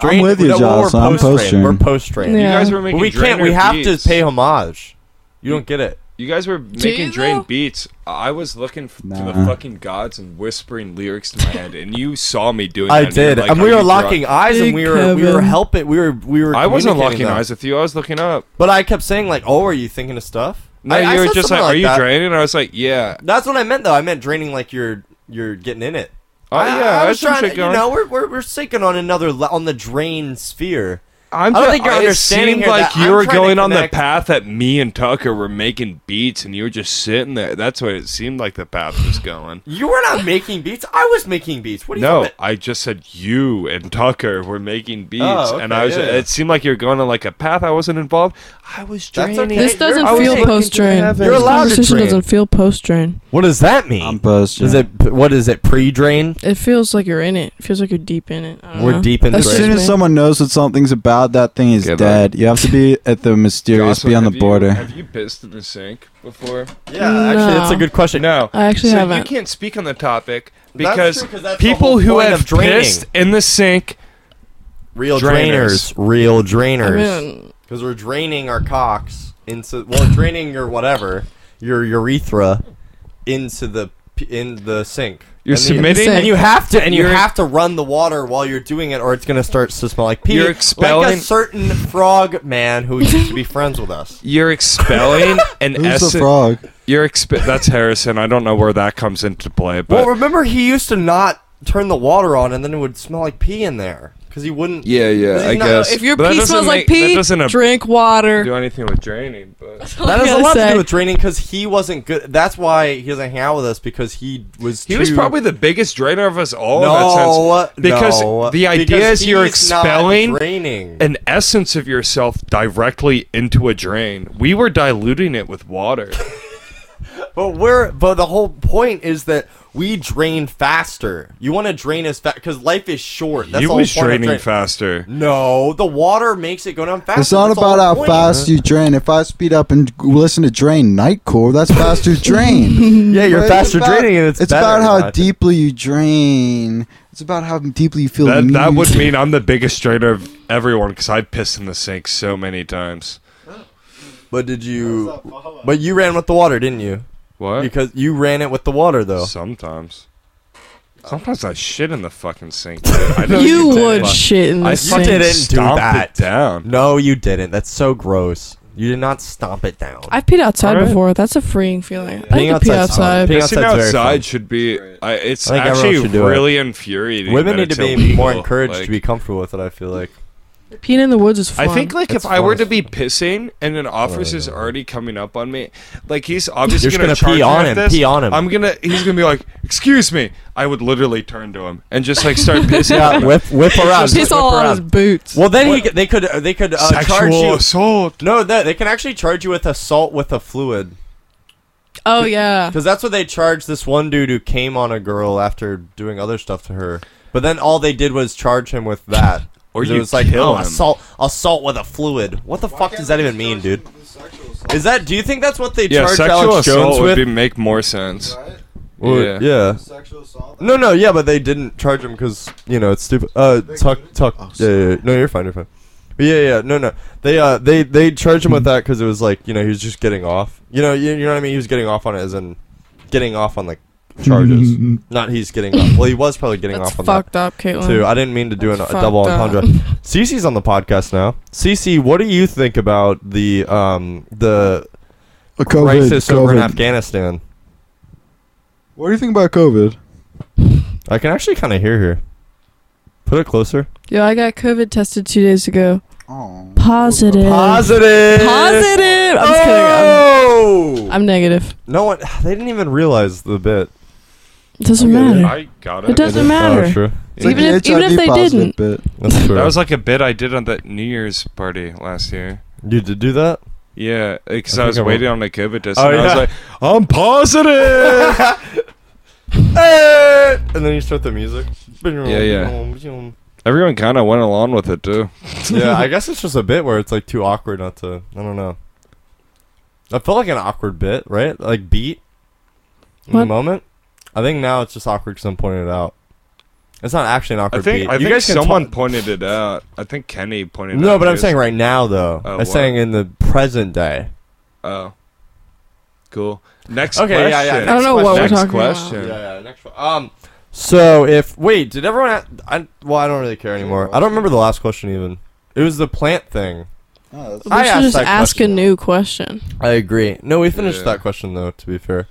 D: I'm with you,
A: no, well,
D: Joss. I'm
A: We're post drain.
D: post-drain.
A: We're post drain.
C: You
B: Yeah.
C: guys were making.
A: Well, we can't.
C: drainer
A: We have
C: beats.
A: to pay homage. You
C: We-
A: don't get it.
C: You guys were making
B: you,
C: drain
B: though?
C: beats. I was looking f- to the
D: Nah.
C: fucking gods and whispering lyrics to my head, and you saw me doing.
A: I
C: that, you're
A: did,
C: like,
A: and
C: "Are
A: we
C: you
A: were
C: drunk?"
A: locking eyes, and
B: Big
A: we were we were
B: Kevin.
A: helping. We were we were.
C: I wasn't locking
A: communicating that.
C: eyes with you. I was looking up.
A: but I kept saying like, "Oh, are you thinking of stuff?"
C: No,
A: I, I
C: you were
A: said
C: just like,
A: something
C: "Are you
A: that.
C: draining?" I was like, "Yeah."
A: That's what I meant, though. I meant draining like you're you're getting in it.
C: Oh
A: I,
C: yeah,
A: I,
C: I
A: was
C: some
A: trying.
C: shit
A: to, you
C: going.
A: know, we're we're we're sinking on another le- on the drain sphere.
C: I'm
A: I don't
C: ju-
A: think you're
C: it
A: understanding
C: seemed
A: here
C: like
A: that
C: you
A: I'm
C: were
A: trying to
C: going on the
A: connect-
C: path that me and Tucker were making beats, and you were just sitting there. That's what it seemed like the path was going.
A: You were not making beats. I was making beats. What do you
C: No,
A: talking
C: I just said you and Tucker were making beats,
A: Oh, okay,
C: and I was.
A: yeah, yeah.
C: It seemed like you were going on like a path I wasn't involved. I was
A: That's
C: draining.
A: okay.
B: This
A: You're-
B: doesn't
A: I was
B: feel
A: thinking
B: post drain.
C: heaven.
A: You're
B: This
A: allowed to
B: conversation
A: drain.
B: doesn't feel post drain.
A: What does that
D: I'm
A: mean?
D: post.
A: Is it what is it pre-drain?
B: It feels like you're in it. It feels like you're deep in it. I don't
A: We're
B: know.
A: deep in
B: That's
A: drain.
D: As
B: just
D: soon
B: me.
D: as someone knows what something's about, that thing is
C: Give up.
D: dead. You have to be at the mysterious,
C: Jocelyn,
D: be on the
C: have you-
D: border.
C: have you pissed in the sink before?
A: Yeah, actually, that's a
B: No.
A: good question.
C: No,
B: Oh. I actually
C: so You
B: haven't.
C: can't speak on the topic
A: That's
C: because
A: true, 'cause that's the
C: people
A: whole
C: who
A: point
C: have
A: of draining.
C: pissed in the sink
A: Real drainers.
C: Drainers.
A: Real
B: I
A: drainers.
B: mean,
A: Because we're draining our cocks into well, draining your whatever, your urethra, into the p- in the sink.
C: You're
A: and
C: submitting-
A: You, and you have to, and you
C: You're-
A: have to run the water while you're doing it, or it's gonna start to smell like pee.
C: You're
A: like
C: expelling-
A: a certain frog man who used to be friends with us.
C: You're expelling an
D: Who's the
C: essence.
D: frog?
C: You're expe- that's Harrison. I don't know where that comes into play, but
A: well, remember he used to not turn the water on, and then it would smell like pee in there because he wouldn't.
C: yeah, yeah,
A: I No, guess.
B: if your
C: But that
B: pee
C: doesn't
B: smells
C: make-
B: like
C: that
B: pee,
C: doesn't ab-
B: drink water.
C: do anything with draining. But
A: That
B: I
A: has a
B: gotta
A: lot to
B: say.
A: do with draining because he wasn't good. That's why he doesn't hang out with us because he was.
C: he was
A: too-
C: probably the biggest drainer of us all.
A: no, uh,
C: in that sense. because
A: no,
C: the idea
A: because
C: is you're
A: he's not
C: expelling
A: draining.
C: an essence of yourself directly into a drain. We were diluting it with water.
A: But we're but the whole point is that we drain faster. You want to drain as fast because life is short. That's
C: you
A: the
C: was
A: whole point of
C: draining
A: drain.
C: faster.
A: No, the water makes it go down faster.
D: It's not
A: That's the whole
D: about how
A: point.
D: fast you drain. If I speed up and g- listen to Drain Nightcore, that's faster drain.
A: Yeah, you're
D: But it's
A: faster
D: about-
A: draining, and it's
D: it's
A: better,
D: about
A: in my
D: how
A: opinion.
D: deeply you drain. It's about how deeply you feel.
C: That, that would
D: music.
C: mean I'm the biggest drainer of everyone because I pissed in the sink so many times.
A: But did you? But you ran with the water, didn't you?
C: What?
A: Because you ran it with the water, though.
C: Sometimes. Sometimes I shit in the fucking sink. dude. I know
B: You
C: did,
B: would
C: but
B: shit in
C: I
B: the
A: You
C: fucking
B: sink.
A: didn't do
C: stomped
A: that.
C: It down.
A: No, you didn't. That's so gross. You did not stomp it down.
B: I've peed outside
C: Alright.
B: before. That's a freeing feeling. I
A: Peeing
B: like to pee
A: outside's fun.
B: outside.
A: Peeing
C: Pissing
A: outside's very fun.
C: outside should be. I, it's
A: I think everyone
C: actually
A: should do it.
C: really infuriating.
A: Women
C: that
A: need to be
C: it's illegal.
A: more encouraged
C: Like,
A: to be comfortable with it. I feel like
B: Peeing in the woods is fun.
C: I think like
A: It's
C: if I were
A: fun.
C: to be pissing and an officer's
A: don't know.
C: already coming up on me, like he's
A: You're
C: obviously
A: just
C: gonna,
A: gonna
C: charge
A: pee
C: me
A: on
C: with
A: him,
C: This.
A: pee on him.
C: I'm gonna. He's gonna be like, "Excuse me." I would literally turn to him and just like start pissing. on
A: yeah,
C: him.
A: whip whip around.
B: piss all on his boots.
A: Well, then he, c- they could uh, they could uh, charge
C: Sexual
A: you.
C: assault.
A: No, that they can actually charge you with assault with a fluid
B: Oh yeah.
A: because that's what they charged this one dude who came on a girl after doing other stuff to her. But then all they did was charge him with that.
C: Or
A: 'Cause
C: you
A: it was like
C: kill
A: oh,
C: him.
A: assault assault with a fluid. What the fuck does that even mean, dude? Is that do you think that's what they
C: Yeah,
A: charge
C: sexual
A: Alex
C: assault
A: Jones with?
C: would be, make more sense.
A: Well,
C: yeah.
A: yeah.
D: Sexual assault.
A: No, no, yeah, but they didn't charge him because you know it's stupid. Uh, tuck, tuck.
D: Oh,
A: yeah, yeah, yeah. No, you're fine, you're fine. But yeah, yeah, no, no. They, uh, they, they charged him with that because it was like you know he was just getting off. You know, you, you know what I mean. He was getting off on it as in getting off on like charges. Not he's getting off. Well, he was probably getting
B: That's
A: off on
B: fucked up,
A: that
B: Caitlin.
A: too. I didn't mean to do an,
B: That's
A: a double
B: fucked
A: entendre.
B: up.
A: Cece's on the podcast now. Cece, what do you think about the um the
D: A COVID,
A: crisis over in
D: COVID.
A: Afghanistan?
D: What do you think about COVID?
A: I can actually kind of hear her. Put it closer.
B: Yo, I got COVID tested two days ago.
D: Oh.
B: Positive.
A: Positive.
B: Positive. I'm just kidding. I'm,
A: oh!
B: I'm negative.
A: no one. They didn't even realize the bit.
B: It doesn't
D: I get it.
B: matter.
C: I got
B: It doesn't matter.
A: Oh, true.
D: It's like
B: Even
D: the
B: if- even
D: HIV
B: if they
D: positive
B: didn't.
D: Bit.
A: That's true.
C: That was like a bit I did on that New Year's party last year.
A: you did do that.
C: Yeah, because
A: I
C: I,
A: think
C: was
A: I will.
C: waiting on a COVID test.
A: Oh,
C: and I was
A: yeah.
C: like, I'm positive.
A: Eh, and then you start the music.
C: Yeah, yeah. Everyone kind of went along with it too.
A: yeah, I guess it's just a bit where it's like too awkward not to. I don't know. I felt like an awkward bit, right? Like beat in the
B: What?
A: moment. I think now it's just awkward because I'm pointing it out. It's not actually an awkward
C: I think
A: beat.
C: I
A: you
C: think
A: guys can
C: someone
A: talk-
C: pointed it out. I think Kenny pointed. it out.
A: no, but I'm
C: too.
A: saying right now though.
C: Oh,
A: I'm
C: wow.
A: saying in the present day.
C: Oh, cool. Next
A: Okay,
C: question.
A: yeah, yeah,
B: I don't know what we're
C: Next
B: talking
C: question.
B: about.
A: Yeah, yeah. Next one. Um. So if wait, did everyone? a- I well, I don't really care anymore. I don't remember the last question even. It was the plant thing.
D: Oh, that's-
B: We
A: I asked
B: should just
A: that
B: ask
A: question.
B: a new question.
A: I agree. No, we finished
C: Yeah.
A: that question though. To be fair,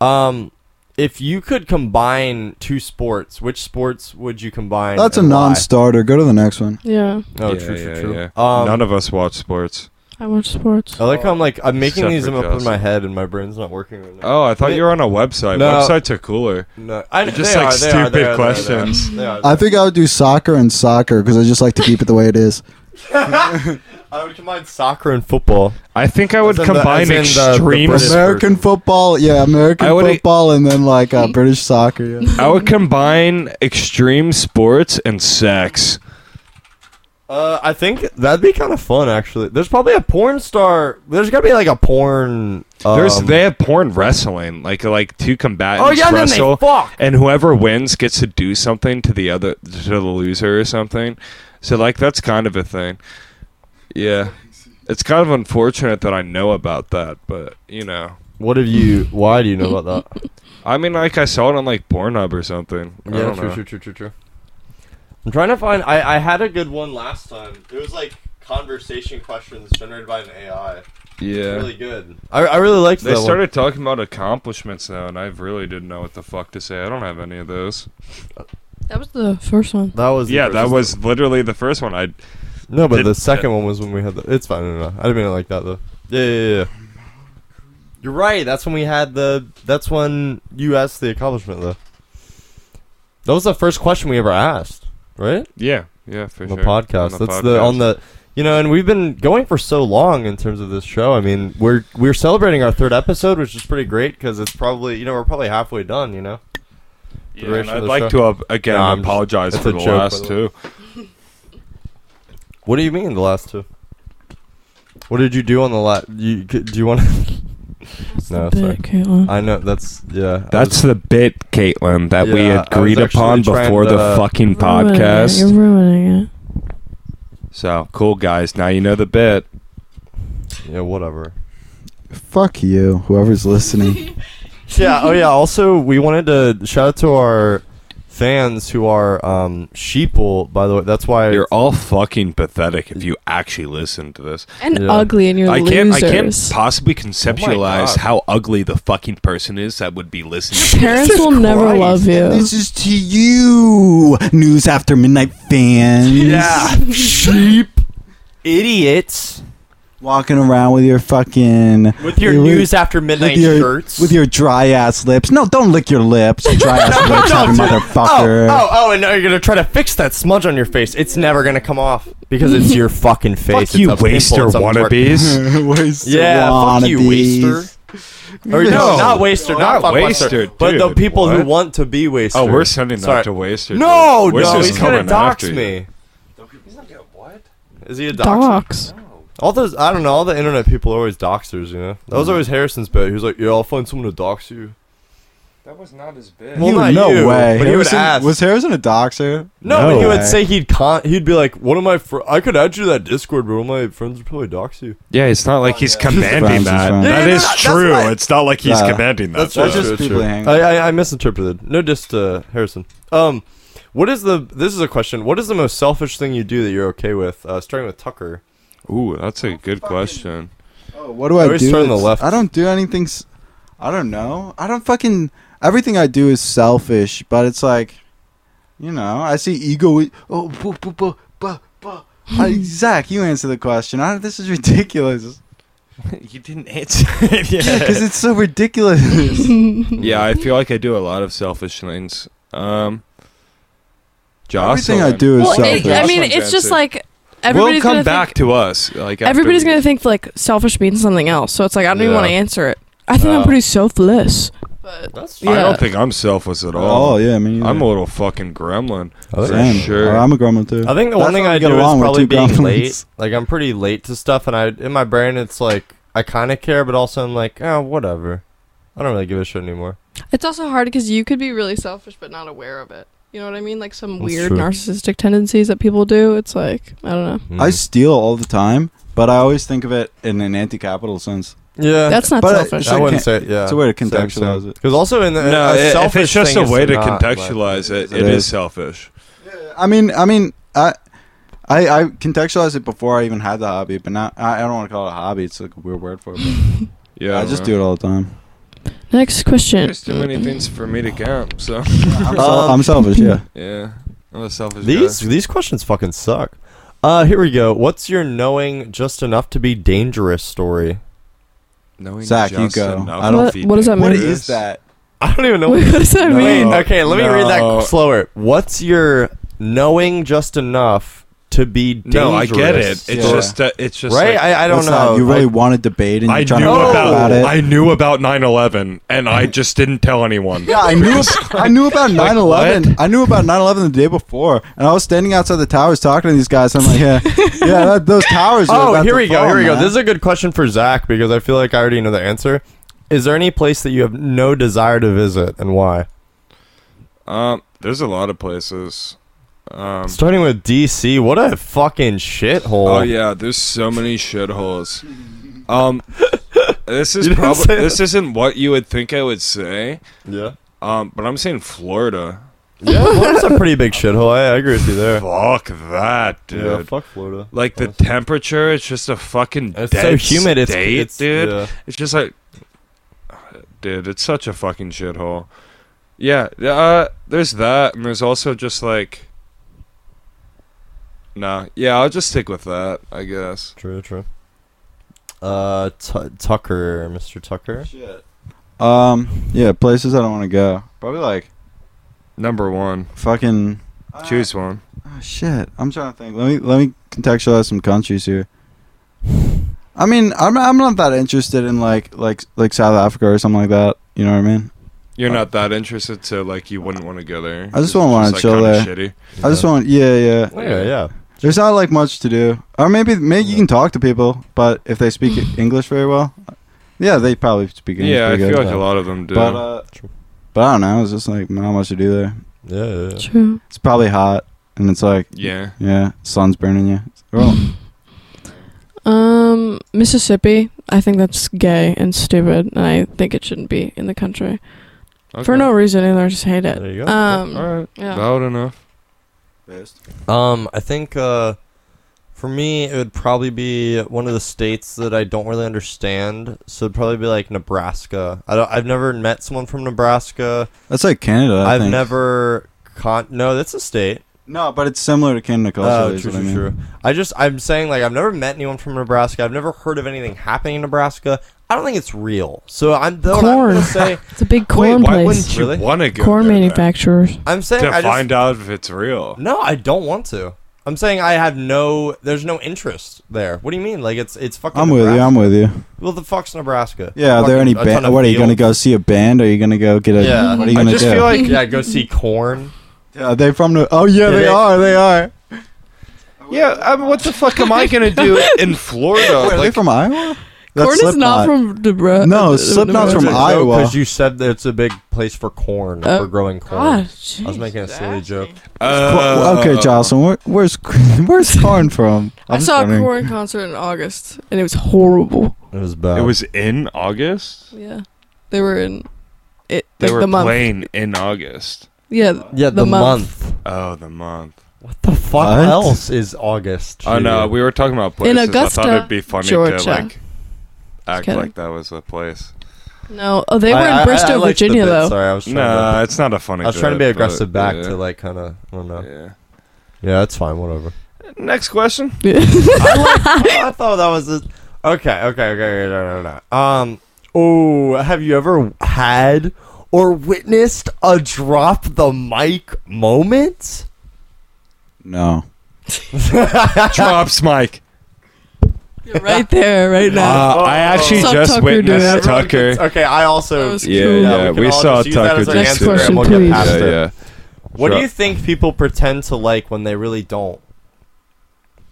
A: um, if you could combine two sports, which sports would you combine?
D: That's a
A: and why?
D: non-starter. Go to the next one.
B: Yeah,
A: No,
C: Yeah,
A: Oh, true, true,
C: yeah,
A: true.
C: yeah.
A: Um,
C: None of us watch sports.
B: I watch sports.
A: I like how I'm like I'm making
C: Except
A: these
C: for
A: up in
C: Justin.
A: my head and my brain's not working right now.
C: Oh, I thought
A: They-
C: you were on a website.
A: No.
C: Websites are cooler.
A: no, I,
C: They're just
A: they
C: like
A: are, they are,
C: stupid
A: they are, they are, they are.
C: questions.
A: They are,
D: I think I would do soccer and soccer because I just like to keep it the way it is.
A: I would combine soccer and football.
C: I think I would
A: As in the- as
C: combine
A: in the- the
C: extreme.
A: British-
C: s-
D: American football, yeah, American
C: I would've-
D: football, and then like uh, British soccer. Yeah.
C: I would combine extreme sports and sex.
A: Uh, I think that'd be kind of fun, actually. There's probably a porn star. There's gotta be like a porn. Um,
C: There's they have porn wrestling, like like two combatants
A: Oh yeah, and then they
C: wrestle,
A: fuck.
C: and whoever wins gets to do something to the other to the loser or something. So like that's kind of a thing. Yeah. It's kind of unfortunate that I know about that, but you know.
A: What have you? Why do you know about that?
C: I mean like I saw it on like Pornhub or something. I don't know.
A: true, true, true. I'm trying to find. I I had a good one last time. It was like conversation questions generated by an AI.
C: Yeah.
A: Really good. I I really liked
C: they
A: that
C: started talking about accomplishments now, and I really didn't know what the fuck to say. I don't have any of those.
B: That was the first one.
A: one. That was the
C: Yeah,
A: first-
C: that was literally the first one. I
A: no, but the
C: did-
A: second one was when we had the. It's fine. No, no, no. I didn't mean it like that though. Yeah, yeah, yeah. You're right. That's when we had the. That's when you asked the accomplishment though. That was the first question we ever asked, right?
C: yeah, yeah, for
A: on
C: sure.
A: the podcast. That's the on the you know, and we've been going for so long in terms of this show. I mean, we're we're celebrating our third episode, which is pretty great because it's probably you know we're probably halfway done. You know,
C: Yeah,
A: duration
C: and
A: of
C: I'd
A: the
C: like
A: show.
C: to uh, again
A: Nah, I'm just-
C: apologize
A: that's
C: for
A: a
C: the
A: joke, by the
C: last
A: way.
C: two.
A: what do you mean the last two? What did you do on the last? You c- do you want? to...
B: That's
A: No,
B: the
A: sorry.
B: bit, Caitlin.
A: I know that's yeah. I
C: That's
A: was-
C: the bit, Caitlin, that we
A: Yeah, I was
C: agreed
A: actually
C: upon
A: trying
C: before the
A: to-
C: fucking
B: You're ruining it.
C: podcast.
B: You're ruining it.
C: So cool, guys. Now you know the bit.
A: yeah. Whatever.
D: Fuck you, whoever's listening.
A: yeah. Oh yeah. Also, we wanted to shout out to our fans who are um, sheeple. By the way, that's why
C: You're all fucking pathetic if you actually listen to this.
B: and
A: Yeah.
B: ugly, and you're
C: I can't
B: losers.
C: I can't possibly
E: God.
A: Oh
C: conceptualize how ugly the fucking person is that would be listening to
B: Parents will never love you.
D: This is to you, news after midnight fans.
A: sheep idiots
D: Walking around with your fucking
A: with your
D: with-
A: news after midnight
D: with your,
A: shirts
D: with your dry ass lips. No, don't lick your lips. You dry ass lips, you
A: Oh,
D: motherfucker.
A: oh, oh, and now you're gonna try to fix that smudge on your face. It's never gonna come off because it's your fucking face.
C: Fuck you,
A: it's a
C: waster
A: pimple, it's a mark.
C: wannabes.
D: Waste of
A: oh. Yeah, fuck you,
D: wannabes.
A: waster. Or no,
C: No.
A: not waster,
C: Not
A: not, fuck waster,
C: waster,
A: but the
C: dude,
A: people who
C: what?
A: want to be waster.
C: Oh, we're sending
A: Sorry.
C: that to Waster.
A: No,
C: dude.
A: no,
C: Waster's
A: he's gonna
C: coming
A: dox
C: after you.
A: me. Is he a doxer?
B: Docs.
A: All those, I don't know, all the internet people are always doxers, you know? That was always Harrison's bit. He was like, yeah, I'll find someone to dox you.
E: That was not as big.
A: Well, not
D: no
A: you,
D: way.
A: but he would
D: Harrison-
A: ask.
D: Was Harrison a doxer?
A: No, but he would
D: way.
A: say he'd con- he'd be like, one of my fr- I could add you to that Discord, but one of my friends would probably dox you.
C: Yeah, it's not
A: Oh,
C: like he's commanding
D: Francis
C: that.
D: Francis.
A: Yeah,
C: That
A: yeah,
C: is
A: no, that's
C: true.
A: right.
C: It's not like he's
D: Nah.
C: commanding that.
A: That's
C: though.
A: right.
D: That's just
A: true,
D: people
A: true.
D: hanging.
A: I, I I misinterpreted. No diss to Harrison. Um, what is the? This is a question. What is the most selfish thing you do that you're okay with? Uh, starting with Tucker.
C: Ooh, that's a good question.
D: Oh, what do I,
A: always
D: do?
A: turn on the
D: It's-
A: left.
D: I don't do anything. s- I don't know. I don't fucking. Everything I do is selfish, but it's like, you know, I see ego. Oh, bu- bu- bu- bu- bu- I, Zach, you answer the question. I, this is ridiculous.
C: you didn't answer.
D: Yeah, because it's so ridiculous.
C: Yeah, I feel like I do a lot of selfish things. Um, Jocelyn.
D: Everything I do is
B: Well,
D: selfish.
B: it, I mean,
E: That's
B: it's just
E: offensive.
B: like
C: We'll
B: everybody's
C: come
B: gonna
C: back
B: think,
C: to us. Like after
B: everybody's
C: we-
B: gonna think like selfish means something else. So it's like I don't even
C: Yeah.
B: want to answer it. I think I'm
A: Oh.
B: pretty selfless. But
A: That's
C: I
B: yeah.
C: don't think I'm selfless at all.
D: oh yeah, I mean,
C: I'm a little fucking gremlin.
A: I
C: for
A: think-
D: Same.
C: sure.
D: Oh, I'm a grandma too.
A: I think the one
D: That's
A: thing
D: how
A: I
D: we get
A: do is
D: along, we're
A: probably
D: two
A: being
D: goblins.
A: late. Like I'm pretty late to stuff, and I in my brain it's like I kind of care, but also I'm like, oh, whatever. I don't really give a shit anymore.
B: It's also hard because you could be really selfish but not aware of it. You know what I mean? Like some
A: That's
B: weird
A: true.
B: narcissistic tendencies that people do. It's like I don't know.
C: Hmm.
D: I steal all the time, but I always think of it in an anti-capital sense.
A: yeah,
B: That's not
D: But I-
B: selfish.
A: I
D: I
A: wouldn't
D: can't-
A: say yeah.
D: it's a way to contextualize it.
A: Because also in the
C: No,
A: a
C: it- if
A: selfish
C: it's just a
A: thing
C: way
A: is
C: to
A: not, but-
C: contextualize
D: It
C: it, it is
D: is.
C: selfish.
D: I mean, I mean, I, I, I contextualized it before I even had the hobby, but now I, I don't want to call it a hobby. It's like a weird word for it. but
C: Yeah,
D: I just do it all the time.
B: Next question.
E: There's too many things for me to count, so
D: I'm,
A: Um,
D: I'm selfish. Yeah.
E: yeah. I'm a selfish
A: These
E: guy.
A: these questions fucking suck. Uh, here we go. What's your knowing just enough to be dangerous story?
E: Knowing
D: Zach, you
E: just
D: go.
C: enough
D: I don't.
B: What-
C: to be
B: what does that mean?
D: What
C: dangerous.
D: is that?
A: I don't even know.
B: Wait,
A: What
B: what does that
D: No.
B: mean?
A: Wait, okay, let me read
C: No.
A: that slower. What's your knowing just enough to be dangerous?
C: No, I get it. It's
D: Yeah.
C: just uh, it's just
A: right.
C: like-
A: I, I don't
D: What's that?
A: know.
D: You really
A: I-
D: want to debate and you're
C: I
D: trying
C: knew
D: to talk about
C: about,
D: it.
C: I knew about 9/11 and I just didn't tell anyone.
D: yeah, I knew. I knew about 9/11. I knew about 9/11 the day before, and I was standing outside the towers talking to these guys. I'm like, yeah, yeah, that, those towers. Are
A: Oh,
D: about
A: here
D: to
A: we go.
D: fall,
A: Here we go.
D: man.
A: This is a good question for Zach because I feel like I already know the answer. Is there any place that you have no desire to visit and why?
C: Um, there's a lot of places. Um,
A: Starting with DC. What a fucking shithole.
C: oh yeah, there's so many shitholes. Um, this is
A: You didn't say
C: probably
A: that.
C: this isn't what you would think I would say.
A: Yeah.
C: Um, but I'm saying Florida.
A: Yeah, Florida's a pretty big shithole. I, I agree with you there.
C: Fuck that, dude.
A: fuck Florida.
C: Like the temperature, it's just a fucking
A: It's so
C: dead
A: humid. It's,
C: state,
A: it's
C: dude.
A: yeah.
C: It's just like, dude, it's such a fucking shithole. Yeah, uh, there's that, and there's also just like, nah, yeah, I'll just stick with that, I guess.
A: True, true. Uh, Tu Tucker, Mr. Tucker.
D: Um, yeah, places I don't want to go. Probably like
C: Number one,
D: fucking. uh,
C: choose one.
D: Oh, shit, I'm trying to think. Let me let me contextualize some countries here. I mean, I'm I'm not that interested in like like like South Africa or something like that. You know what I mean?
C: You're not that interested, so like, you wouldn't want to go there.
D: I just
C: It's
D: wouldn't wanna chill
C: kinda Shitty.
D: I just want yeah yeah.
A: Yeah, yeah.
D: There's not like much to do, or maybe maybe you can talk to people, but if they speak English very well, yeah, they probably speak English.
C: Yeah, I
D: pretty
C: feel
D: good.
C: like a lot of them do.
D: But uh,
A: True.
D: but I don't know. It's just like not much to do there.
A: Yeah, yeah, yeah.
B: True.
D: It's probably hot, and it's like
C: yeah,
D: yeah, sun's burning you. Well,
B: Um, Mississippi. I think that's gay and stupid, and I think it shouldn't be in the country. for no reason either. I just hate it.
A: There you go.
B: Um,
C: All right.
B: yeah.
C: Valid enough.
A: Um, I think uh, for me, it would probably be one of the states that I don't really understand. So it'd probably be like Nebraska. I don't, I've never met someone from Nebraska.
D: That's like Canada. I
A: I've
D: think.
A: never con. No, that's a state.
D: No, but it's similar to Canada culture.
A: Oh,
D: is
A: true,
D: what I
A: true,
D: mean.
A: true. I just I'm saying like I've never met anyone from Nebraska. I've never heard of anything happening in Nebraska. I don't think it's real. So I'm though I'm gonna
B: Corn.
A: say
B: It's a big corn
C: Wait, why
B: place.
C: wouldn't you
A: Really?
C: want to go
B: Corn
C: there then?
B: manufacturers.
A: I'm saying
C: to
A: I just
C: find out if it's real?
A: no, I don't want to. I'm saying I have no. There's no interest there. What do you mean? Like it's it's fucking.
D: I'm with you. I'm with you.
A: Well, the fuck's Nebraska?
D: Yeah. Are there
A: Fucking
D: any
A: a ton
D: band?
A: of
D: What are you
A: fields.
D: gonna go see a band? Are you gonna go get a?
A: Yeah.
D: What are you
C: I
D: gonna
C: just
D: do?
C: feel like
A: Yeah, go see corn.
D: Yeah, are they from the? Oh yeah,
A: Yeah,
D: they
A: they-
D: are. They are.
C: yeah. I mean, what the fuck am I gonna do in Florida?
D: Wait, are they
C: like,
D: from Iowa? That's
B: corn is not
D: Slipknot.
B: from Debra.
D: No,
B: uh,
D: Slipknot's from
B: Nebraska.
D: Iowa.
A: because you said that it's a big place for corn
B: Oh,
A: for growing corn.
B: God,
A: I was making a silly joke.
C: uh,
D: Well, okay, Jocelyn, where, where's where's corn from?
B: I
D: I'm just
B: saw a
D: wondering.
B: corn concert in August, and it was horrible.
A: It was bad.
C: It was in August.
B: Yeah, they were in it.
C: They
B: like
C: were
B: the month.
C: playing in August.
B: Yeah,
A: yeah the,
B: the month.
A: month.
C: Oh, the month.
A: What the fuck
D: What?
A: else is August?
C: Oh no,
A: dude?
C: we were talking about places. I
B: Augusta,
C: thought it'd be funny
B: Georgia.
C: to like act
B: kidding.
C: like that was a place.
B: no. Oh, they were
A: I- I- I
B: in Bristow,
A: liked the
B: Virginia,
A: bit,
B: though.
A: Sorry, I was trying,
C: No,
A: to,
C: it's not a funny.
A: I was trying to be
C: bit, but,
A: aggressive back
C: yeah.
A: to like uh, kind of. I don't know. Yeah.
C: Yeah.
A: that's fine. Whatever.
C: Next question.
A: I, like, I thought that was a, okay. Okay. Okay. okay, No. No. No. Um. Oh, have you ever had or witnessed a drop the mic moment?
D: No.
C: Drops, Mike.
B: You're right there, right now.
C: Uh, I
A: Oh.
C: actually
B: Saw
C: just
B: Tucker do
C: witnessed
B: it.
C: Tucker.
A: Okay. I also.
B: That was cool.
A: Yeah, we can all just use that as an
B: answer Next and we'll question, get
C: yeah,
A: past please. it.
C: yeah.
A: What do
C: Drop-
A: you think people pretend to like when they really don't?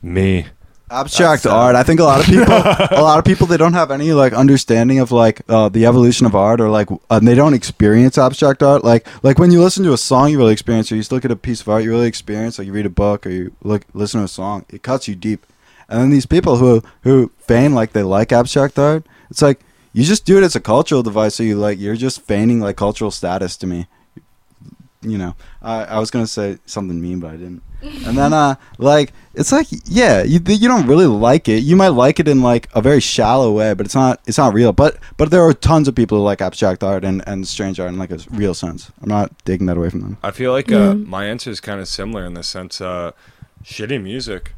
C: Me.
D: Abstract
A: That's sad.
D: art. I think a lot of people, a lot of people, they don't have any like understanding of like uh, the evolution of art, or like uh, they don't experience abstract art. Like, like when you listen to a song, you really experience. Or you just look at a piece of art, you really experience. Like you read a book, or you look listen to a song, it cuts you deep. And then these people who who feign like they like abstract art, it's like you just do it as a cultural device. So you like you're just feigning like cultural status to me. You know, I, I was gonna say something mean, but I didn't. And then uh, like it's like yeah, you you don't really like it. You might like it in like a very shallow way, but it's not it's not real. But but there are tons of people who like abstract art and and strange art in like a real sense. I'm not taking that away from them.
C: I feel like uh,
B: Yeah.
C: my answer is kind of similar in the sense uh, shitty music.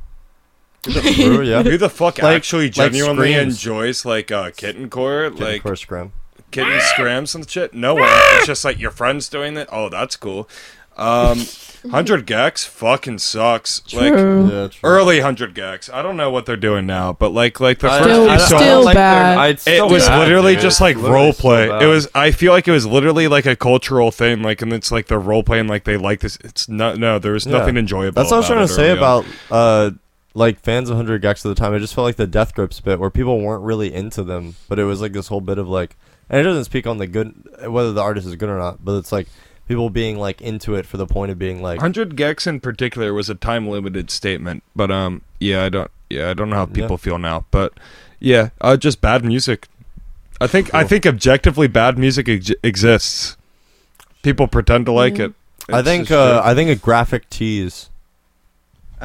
A: True, yeah.
C: Who the fuck
A: Like-
C: actually
A: like
C: genuinely
A: screams.
C: enjoys like uh, kitten core,
A: Like,
C: like
A: of course, Graham.
C: kitten scrams and shit? No one.
A: Ah!
C: It's just like your friends doing it. Oh, that's cool. Um, hundred gex fucking sucks. Like
B: True.
C: early hundred gex. I don't know what they're doing now, but like like the
A: I-
C: first
B: Still-
C: few songs-
B: still bad.
C: It was
A: bad,
C: literally
A: dude.
C: just like
A: It's literally
C: role
A: still
C: play.
A: bad.
C: It was. I feel like it was literally like a cultural thing. Like, and it's like they're role playing. Like they like this. It's not. No, there was
A: Yeah.
C: nothing enjoyable.
A: That's what I was
C: about
A: trying to
C: it
A: say
C: early on.
A: about uh, like fans of Hundred Gex at the time. It just felt like the Death Grips bit where people weren't really into them, but it was like this whole bit of like, and it doesn't speak on the good whether the artist is good or not, but it's like people being like into it for the point of being like,
C: 100 gex in particular was a time limited statement but um yeah i don't yeah i don't know how
A: Yeah.
C: people feel now but yeah uh just bad music i think i
A: Cool.
C: think objectively bad music ex- exists people pretend to like
B: Yeah.
C: it
A: I
C: It's
A: think
C: just
A: uh,
C: shit.
A: I think a graphic tease.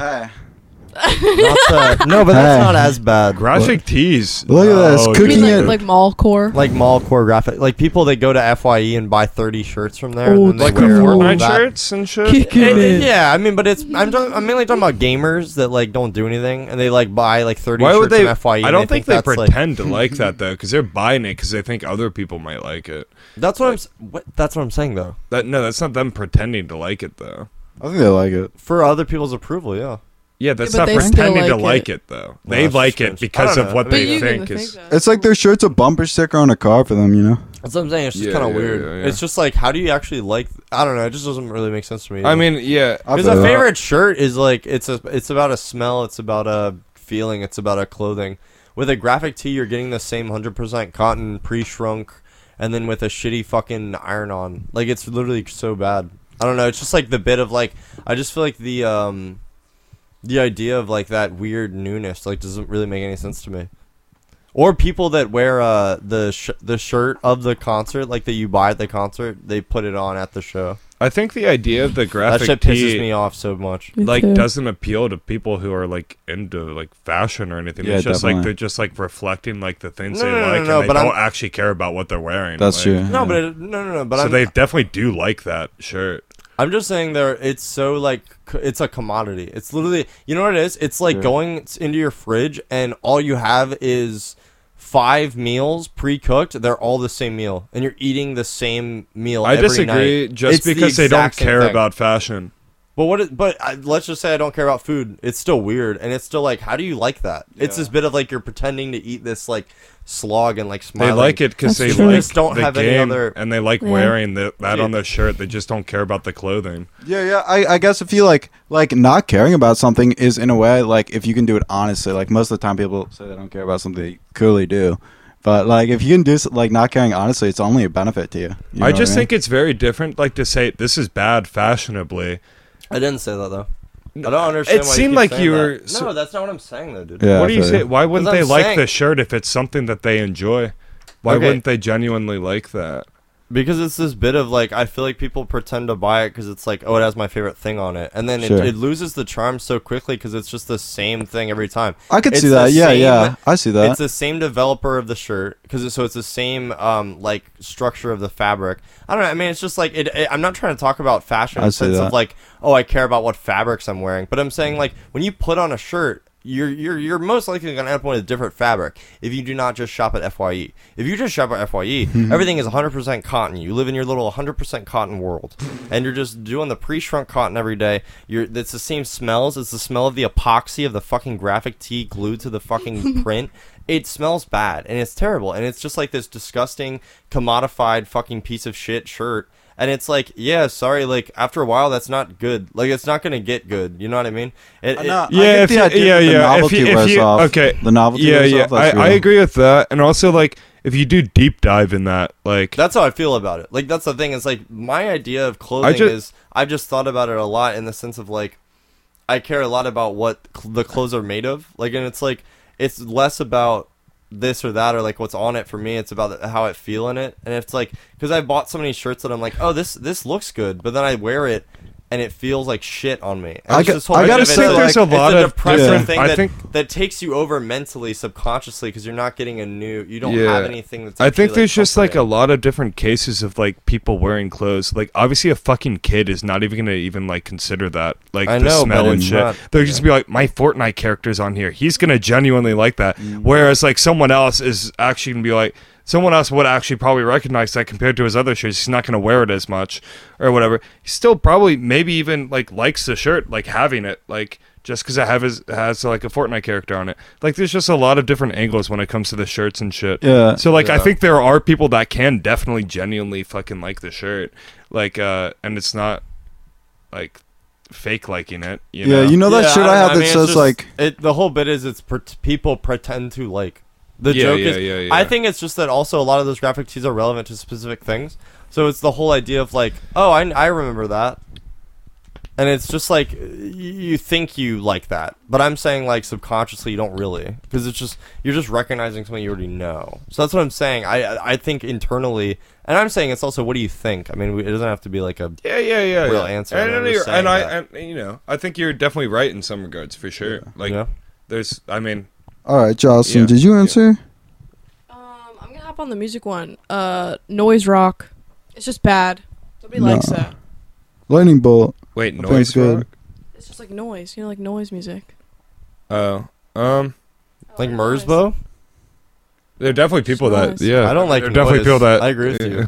A: Not the, no, but that's
D: Hey.
A: not as bad.
C: graphic tees Oh,
D: Look at this,
C: No,
B: You
D: cooking
B: mean
C: dude.
B: like,
D: it-
B: like mall core?
A: like mallcore graphic, like people that go to Fye and buy thirty shirts from there,
B: Oh,
A: and then
C: like
A: they
C: the
A: wear all
C: Fortnite
A: that.
C: shirts and shit
B: Kicking
A: Eh, eh,
B: it.
A: yeah, I mean, but it's I'm talking, I'm mainly talking about gamers that like don't do anything and they like buy like thirty.
C: why
A: shirts
C: would they
A: From FYE
C: i
A: E and
C: don't think they
A: that's, like-
C: pretend to like that though because they're buying it because they think other people might like it
A: that's what I'm. s- What, that's what I'm saying though.
C: that no that's not them pretending to like it though
D: I think they like it.
A: For other people's approval, yeah.
C: yeah, that's
B: but
C: not
B: they still
C: pretending to
B: like
C: like
B: it.
C: it, though.
A: No,
C: They
A: that's
C: like
A: strange.
C: it because
A: I don't
C: of
A: know.
C: what
A: But
C: they
A: you
C: think is.
D: It's like their shirt's a bumper sticker on a car for them. You know.
A: That's what I'm saying. It's just
C: Yeah,
A: kind of
C: yeah,
A: weird.
C: yeah, yeah.
A: It's just like, how do you actually like? I don't know. It just doesn't really make sense to me.
C: I mean, yeah.
D: I
A: because
D: feel
A: a
D: that.
A: favorite shirt is like it's a it's about a smell, it's about a feeling, it's about a clothing. With a graphic tee, you're getting the same hundred percent cotton pre-shrunk, and then with a shitty fucking iron-on. Like it's literally so bad. I don't know. It's just like the bit of like I just feel like the um the idea of like that weird newness like doesn't really make any sense to me. Or people that wear uh, the sh- the shirt of the concert, like that you buy at the concert, they put it on at the show.
C: I think the idea of the
A: That
C: graphic
A: shit pisses
C: tee,
A: me off so much.
B: Me
C: like
B: too.
C: doesn't appeal to people who are like into like fashion or anything.
D: Yeah,
C: it's just like
D: definitely.
C: they're just like reflecting like the things
A: No,
C: they
A: no, no,
C: like,
A: no,
C: and they
A: but I'm-
C: don't actually care about what they're wearing.
D: That's
C: like-
D: true.
A: No,
D: yeah.
A: but it, no, no, no. But
C: so
A: I'm,
C: they definitely do like that shirt.
A: I'm just saying there. It's so like c- it's a commodity. It's literally you know what it is. It's like
D: Yeah.
A: going s- into your fridge and all you have is five meals pre-cooked. They're all the same meal, and you're eating the same meal.
C: I
A: every
C: disagree.
A: night.
C: Just
A: It's the
C: because they don't
A: exact same
C: care
A: thing.
C: about fashion.
A: But what? It, but I, let's just say I don't care about food. It's still weird, and it's still like, how do you like that? It's
D: Yeah.
A: this bit of like you're pretending to eat this like slog and like
C: They
A: smiling.
C: like it because
B: That's
C: they
B: true.
C: like
A: Just don't
C: the
A: have any
C: game
A: other-
C: and they like
B: Yeah.
C: wearing the, that on
A: Yeah.
C: their shirt. They just don't care about the clothing.
D: Yeah, yeah. I, I guess if you like like not caring about something is in a way like if you can do it honestly. Like most of the time, people say they don't care about something. They clearly do, but like if you can do s- like not caring honestly, it's only a benefit to you. You know
C: I
D: what
C: just
D: mean?
C: think it's very different. Like to say this is bad fashionably.
A: I didn't say that though. I don't understand.
C: It
A: why
C: seemed
A: keep
C: like
A: saying
C: you
A: that.
C: were so-
A: no, that's not what I'm saying though, dude.
D: Yeah,
C: what do you
D: so-
C: say? Why wouldn't
A: That's
C: they
A: what I'm
C: like
A: saying.
C: the shirt if it's something that they enjoy? Why
A: Okay.
C: wouldn't they genuinely like that?
A: Because it's this bit of like I feel like people pretend to buy it because it's like oh it has my favorite thing on it, and then
D: Sure.
A: it, it loses the charm so quickly because it's just the same thing every time.
D: I could
A: It's
D: see
A: the
D: that. Yeah,
A: same-
D: yeah. I see that.
A: It's the same developer of the shirt because it, so it's the same um like structure of the fabric. I don't know. I mean, it's just like it, it- I'm not trying to talk about fashion in
D: I
A: the
D: see
A: sense
D: that.
A: of like oh I care about what fabrics I'm wearing, but I'm saying like when you put on a shirt. You're, you're, you're most likely going to end up with a different fabric if you do not just shop at FYE. If you just shop at FYE, everything is 100% cotton. You live in your little 100% cotton world, and you're just doing the pre-shrunk cotton every day. You're it's the same smells. It's the smell of the epoxy of the fucking graphic tee glued to the fucking print. It smells bad and it's terrible and it's just like this disgusting commodified fucking piece of shit shirt. And it's like, yeah, sorry, like after a while, that's not good. Like it's not gonna get good. You know what I mean? It,
D: Uh,
A: it-
D: no, I
C: yeah,
D: get
C: if
D: the
C: you-
D: idea
C: yeah,
D: that the
C: yeah.
D: novelty
C: if you, if
D: wears
C: you,
D: off.
C: Okay,
D: The novelty
C: Yeah,
D: wears
C: yeah.
D: off, that's
C: I, I
D: real.
C: agree with that, and also like if you do deep dive in that, like
A: That's how I feel about it. Like that's the thing. Is like my idea of clothing
C: ju-
A: is I've just thought about it a lot in the sense of like I care a lot about what cl- the clothes are made of. Like, and it's like it's less about this or that or like what's on it for me. It's about how I feel in it. And it's like because I bought so many shirts that I'm like, oh, this this looks good, but then I wear it and it feels like shit on me. And
D: I
A: it's
D: got-
A: this whole
D: I
A: bit
D: gotta
A: of it
D: say,
A: that,
D: there's
C: a
A: it's
C: lot
A: a
C: of
A: depressing
D: different-
A: thing
C: I
A: that,
C: think-
A: that takes you over mentally, subconsciously, because you're not getting a new. You don't
C: Yeah.
A: have anything that's.
C: I
A: actually,
C: think there's just like a
A: comforting.
C: lot of different cases of like people wearing clothes. Like obviously a fucking kid is not even gonna even like consider that. Like
A: I
C: the
A: know,
C: smell
A: but
C: and
A: it's
C: shit.
A: not-
C: They'll just be like, My Fortnite character's on here. He's gonna genuinely like that.
A: Mm-hmm.
C: Whereas like someone else is actually gonna be like someone else would actually probably recognize that compared to his other shirts. He's not gonna wear it as much or whatever. He still probably maybe even like likes the shirt, like having it, like just because it have his, has like a Fortnite character on it, like there's just a lot of different angles when it comes to the shirts and shit.
D: Yeah.
C: So like I
A: Yeah.
C: think there are people that can definitely genuinely fucking like the shirt. Like uh and it's not like fake liking it, you
D: yeah,
C: know.
D: you know that
A: Yeah,
D: shirt I,
A: don't
D: have
A: know.
D: that
A: mean, it's
D: says
A: just-
D: like
A: it, the whole bit is it's pre- people pretend to like. The
C: Yeah,
A: joke
C: yeah,
A: is,
C: yeah, yeah.
A: I think it's just that also a lot of those graphic tees are relevant to specific things. So it's the whole idea of like, oh, I, I remember that, and it's just like y- you think you like that, but I'm saying like subconsciously you don't really because it's just you're just recognizing something you already know. So that's what I'm saying. I I think internally, and I'm saying it's also what do you think? I mean, we- it doesn't have to be like a
C: yeah, yeah, yeah.
A: Real
C: yeah.
A: answer,
C: And,
A: and I'm
C: I know
A: just
C: you're- and I,
A: saying
C: and, you know, I think you're definitely right in some regards for sure. Like,
A: Yeah.
C: there's, I mean,
D: All right, Jocelyn,
C: Yeah.
D: did you answer?
B: Um, I'm gonna hop on the music one. Uh, noise rock. It's just bad. Nobody
D: No.
B: likes that.
D: Lightning bolt.
C: wait,
D: I think
C: noise
D: it's good.
C: rock.
B: It's just like noise. You know, like noise music.
C: Oh, um,
A: like Merzbow.
C: there are definitely people that,
B: Nice.
C: yeah,
A: I don't like
C: there are definitely
A: noise.
C: people that.
A: I agree with you.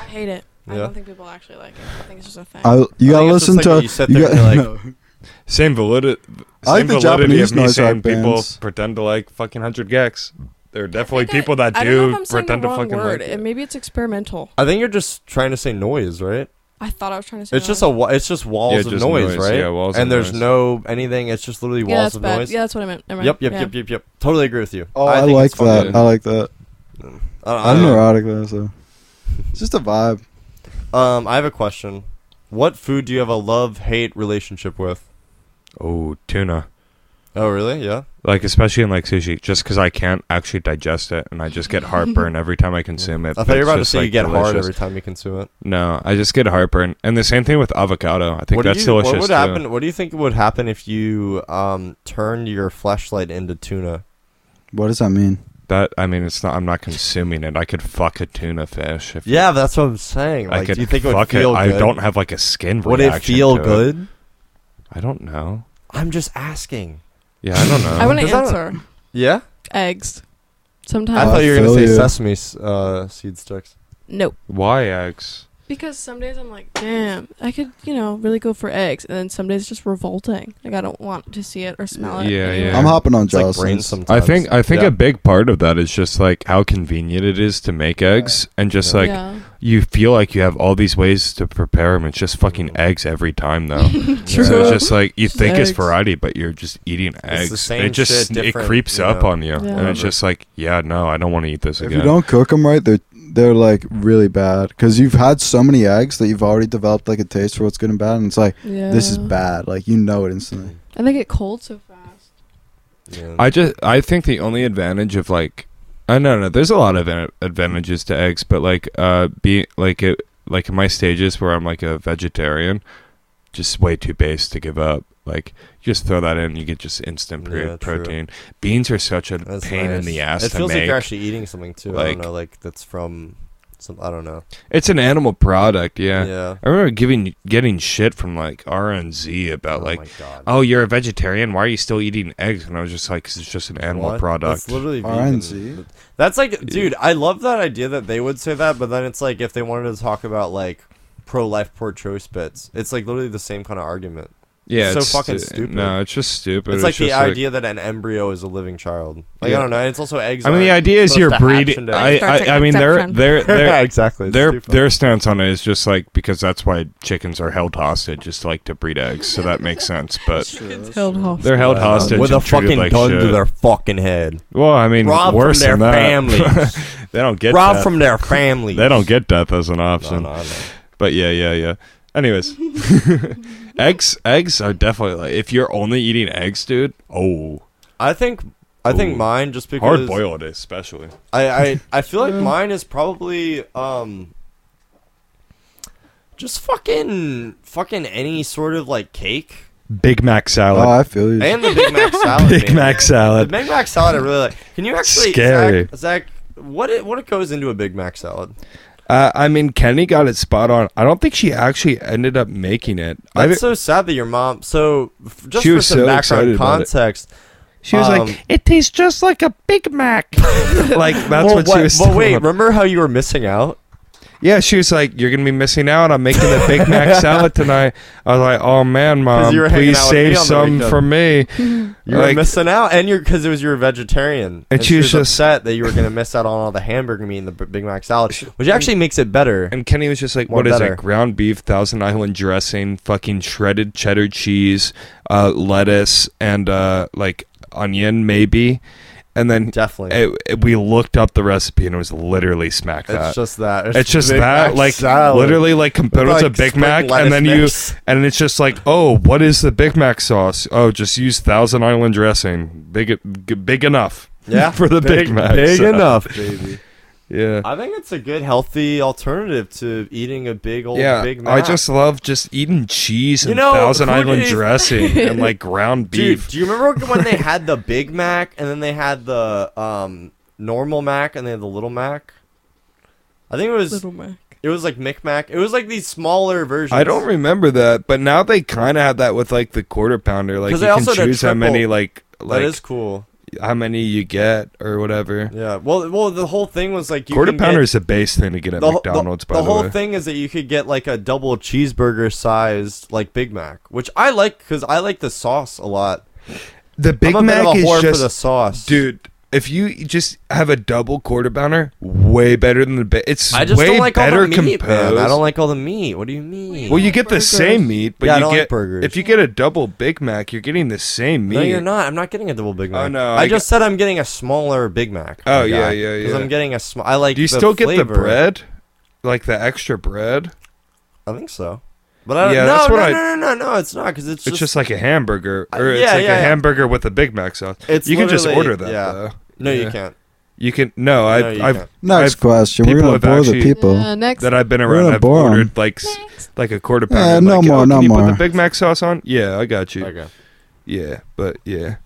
B: I hate it. I
A: Yeah.
B: don't think people actually like it. I think it's just a thing.
D: I,
A: I
D: you gotta
A: think it's
D: listen
A: just like
D: to.
A: you sit there and
D: gotta-
A: you're like,
D: no.
C: Same validity.
D: I like the Japanese noise rock
C: people
D: bands.
C: pretend to like fucking hundred gex. There are definitely
B: think I-
C: people that
B: I don't know if
C: do
B: I'm saying the
C: pretend to
B: wrong
C: fucking
B: word.
C: like.
B: It-
C: It.
B: maybe it's experimental.
A: I think you're just trying to say noise, right?
B: I thought I was trying to say.
A: It's just a
B: noise.
A: wa- it's just walls
C: Yeah,
A: of
C: just
A: noise,
C: noise.
A: right?
C: Yeah, walls
A: and
C: of
A: there's
C: noise.
A: no anything. It's just literally
B: yeah,
A: walls
B: that's
A: of
B: bad.
A: noise.
B: Yeah, that's what I meant. Never mind.
A: Yep, yep,
B: Yeah.
A: yep, yep, yep. Totally agree with you.
D: Oh, I,
A: think
D: like
A: it's funny.
D: that. I like that.
A: I
D: I'm
A: don't know.
D: neurotic though, so it's just a vibe.
A: Um, I have a question. What food do you have a love hate relationship with?
C: Oh, tuna.
A: Oh, really? Yeah.
C: like especially in like sushi, just because I can't actually digest it and I just get heartburn every time I consume it.
A: I thought you were
C: It's
A: about to
C: just,
A: say you
C: like,
A: get hard
C: delicious.
A: every time you consume it.
C: No, I just get heartburn, and the same thing with avocado. I think
A: what do
C: that's
A: you,
C: delicious
A: What would
C: too.
A: happen? What do you think would happen if you um turned your flashlight into tuna?
D: What does that mean?
C: That I mean, it's not. I'm not consuming it. I could fuck a tuna fish. If
A: Yeah, that's what I'm saying.
C: I
A: Like,
C: could
A: do you think it would
C: fuck it.
A: feel good?
C: I don't have like a skin
A: Would
C: reaction.
A: it feel
C: to
A: good?
C: I don't know.
A: I'm just asking.
C: Yeah, I don't know.
B: I want to
A: Does that-
B: answer
A: Yeah,
B: eggs.
A: I
C: Oh,
B: Sometimes
A: thought you were gonna
D: feel
A: say
D: you.
A: sesame s- uh, seed sticks.
B: no,
C: Why eggs?
B: because some days I'm like, damn, I could you know really go for eggs, and then some days it's just revolting. Like I don't want to see it or smell it.
C: Yeah,
B: anymore.
C: yeah.
D: I'm hopping on
A: It's like
D: Jocelyn's.
A: brain sometimes.
C: I think I think
A: Yeah.
C: a big part of that is just like how convenient it is to make eggs, and just
A: Yeah.
C: like
B: yeah.
C: you feel like you have all these ways to prepare them. It's just
A: Mm-hmm.
C: fucking eggs every time though.
A: True.
C: So it's just like you
B: Just
C: think it's
B: eggs.
C: variety, but you're just eating
A: the
C: eggs.
A: same
C: it just
A: shit,
C: it
A: different,
C: creeps
A: you
C: up
A: know,
C: on you, and
B: whatever.
C: it's just like, yeah, no, I don't want to eat this
D: If
C: again.
D: you don't cook them right, they're they're like really bad because you've had so many eggs that you've already developed like a taste for what's good and bad, and it's like
B: yeah.
D: this is bad. Like you know it instantly.
B: And they get cold so fast.
A: Yeah.
C: I just I think the only advantage of like I don't know. There's a lot of ad- advantages to eggs, but like uh being like it like in my stages where I'm like a vegetarian, just way too base to give up. Like you just throw that in, you get just instant pro-
A: Yeah, true.
C: protein. Beans are such a
A: That's
C: pain
A: nice.
C: in the ass
A: It
C: to
A: feels
C: make.
A: like you're actually eating something too. I
C: Like-
A: don't know, like that's from some. I don't know.
C: it's an animal product, yeah.
A: Yeah.
C: I remember giving getting shit from like R and Z about
A: oh
C: like,
A: my God.
C: oh, you're a vegetarian. Why are you still eating eggs? And I was just like, 'Cause it's just an animal
A: What?
C: product.
A: That's literally vegan.
D: RNC.
A: That's like, dude, I love that idea that they would say that, but then it's like if they wanted to talk about like pro-life, pro-choice bits, it's like literally the same kind of argument.
C: yeah, uh,
A: so fucking stupid.
C: No, it's just stupid.
A: it's like the
C: just,
A: idea that an embryo is a living child. Like
C: Yeah.
A: I don't know. It's also eggs.
C: I mean, the
A: aren't
C: idea is
A: supposed
C: you're
A: to hatch
C: breeding.
A: into-
C: I,
B: Star Trek
C: I, I mean, their
B: Inception.
C: their
A: yeah,
C: their
A: exactly. It's
C: their
A: stupid.
C: their stance on it is just like because that's why chickens are held hostage, just like to breed eggs. So that makes sense. But
B: Held off.
C: they're held
A: Yeah.
C: hostage
A: Uh, with a
C: and treated
A: fucking
C: like
A: gun to
C: shit.
A: their fucking head.
C: well, I mean,
A: Robbed
C: worse
A: from their
C: than that.
A: families.
C: they don't get
A: Robbed
C: death.
A: from their families.
C: They don't get death as an
A: No,
C: option.
A: no, I know.
C: But yeah, yeah, yeah. Anyways, eggs eggs are definitely like if you're only eating eggs, dude. Oh,
A: I think I think
C: Ooh.
A: mine just because
C: hard boiled especially.
A: I, I I feel like mine is probably um just fucking fucking any sort of like cake
C: Big Mac
D: Oh,
C: salad.
D: I feel you.
A: and the Big Mac salad.
C: Big
A: man.
C: Mac
A: The
C: salad.
A: Big Mac salad I really like. Can you actually
C: Scary.
A: Zach, Zach what it, what it goes into a Big Mac salad?
C: Uh, I mean, Kenny got it spot on. I don't think she actually ended up making it. I,
A: That's so sad that your mom. So f- just
C: She
A: for
C: was
A: some
C: so
A: background
C: excited about it.
A: context,
C: she was
A: um,
C: like, "It tastes just like a Big Mac." like that's
A: well,
C: what, she was.
A: Well, wait,
C: telling-
A: remember how you were missing out?
C: yeah, she was like, "You're gonna be missing out. I'm making the Big Mac salad tonight." I was like, "Oh man, mom,
A: you were hanging
C: please
A: out with me on
C: save
A: the
C: some
A: weekend."
C: for me."
A: You
C: Like-
A: were missing out, and you're because it was you're a vegetarian, and, she was
C: just-
A: upset that you were going to miss out on all the hamburger meat and the B- Big Mac salad, which actually makes it better.
C: And Kenny was just like,
A: More
C: "What is
A: better.
C: it? Ground beef, Thousand Island dressing, fucking shredded cheddar cheese, uh, lettuce, and uh, like onion, maybe." And then
A: Definitely,
C: it, it- we looked up the recipe, and it was literally smack
A: it's
C: that.
A: just that.
C: It's just
A: Big
C: that,
A: Mac
C: like
A: salad.
C: literally, like components
A: Like
C: of Big
A: spring
C: Mac,
A: lettuce
C: and then
A: mix.
C: you, and it's just like, oh, what is the Big Mac sauce? Oh, just use Thousand Island dressing, big, g- big enough.
A: yeah
C: for the Big Mac
A: big
C: salad.
A: enough.
D: Baby.
C: Yeah,
A: I think it's a good healthy alternative to eating a big old
C: yeah.
A: Big Mac.
C: I just love just eating cheese
A: You
C: and
A: know,
C: Thousand
A: who
C: Island
A: did-
C: dressing and like
A: dude.
C: ground beef.
A: Do you remember when they had the Big Mac and then they had the um normal Mac and they had the little Mac? I think it was
B: Little Mac.
A: it was like Mic Mac. It was like these smaller versions.
C: I don't remember that, but now they kind of have that with like the quarter pounder. Like
A: 'Cause
C: you
A: they
C: can
A: also did
C: choose how many
A: triple.
C: like like
A: that is cool.
C: how many you get or whatever.
A: Yeah. Well, well, the whole thing was like you
C: quarter
A: can get-
C: pounder is the base thing to get at
A: the, whole- the-
C: McDonald's.
A: the,
C: by the,
A: whole
C: way,
A: thing is that you could get like a double cheeseburger sized like Big Mac, which I like because I like the sauce a lot.
C: the
A: I'm a bit of a whore for the sauce,
C: dude. If you just have a double quarter pounder, way better than the base. It's
A: I just
C: way
A: don't like all
C: better
A: the meat, man.
C: composed.
A: I don't like all the meat. What do you mean?
C: Well, you get the
B: burgers.
C: same meat, but
A: Yeah, I
C: you
A: don't like
C: get
A: burgers.
C: if you get a double Big Mac, you're getting the same meat.
A: no, you're not. I'm not getting a double Big Mac.
C: Oh, no,
A: I,
C: I
A: just said I'm getting a smaller Big Mac.
C: Oh,
A: my
C: yeah,
A: guy,
C: yeah, yeah.
A: I'm getting a small. I like.
C: Do you
A: the
C: still get
A: flavor.
C: the bread, like the extra bread?
A: I think so. But I don't,
C: Yeah,
A: no,
C: that's what
A: no,
C: I-
A: no, no, no, no, it's not because it's,
C: It's just like a hamburger, or it's
A: yeah,
C: like
A: yeah, yeah.
C: a hamburger with a Big Mac sauce.
A: It's
C: you can just
A: literally-
C: order that.
A: yeah.
C: though.
A: no, you
C: yeah.
A: can't.
C: You can no, I,
A: No, you
C: I've
A: can't.
D: Next
C: I've-
D: question. We're
C: people
D: gonna
C: have
D: bore the
C: actually-
D: people.
F: Uh, next.
C: that I've been
D: We're
C: around.
D: gonna
C: I've
D: bore 'em.
C: ordered like s- like a quarter
D: Yeah,
C: pounder. like,
D: Uh, no more,
C: oh,
D: no
C: can you Put
D: more.
C: the Big Mac sauce on. Yeah, I got you.
A: Okay.
C: Yeah, but yeah.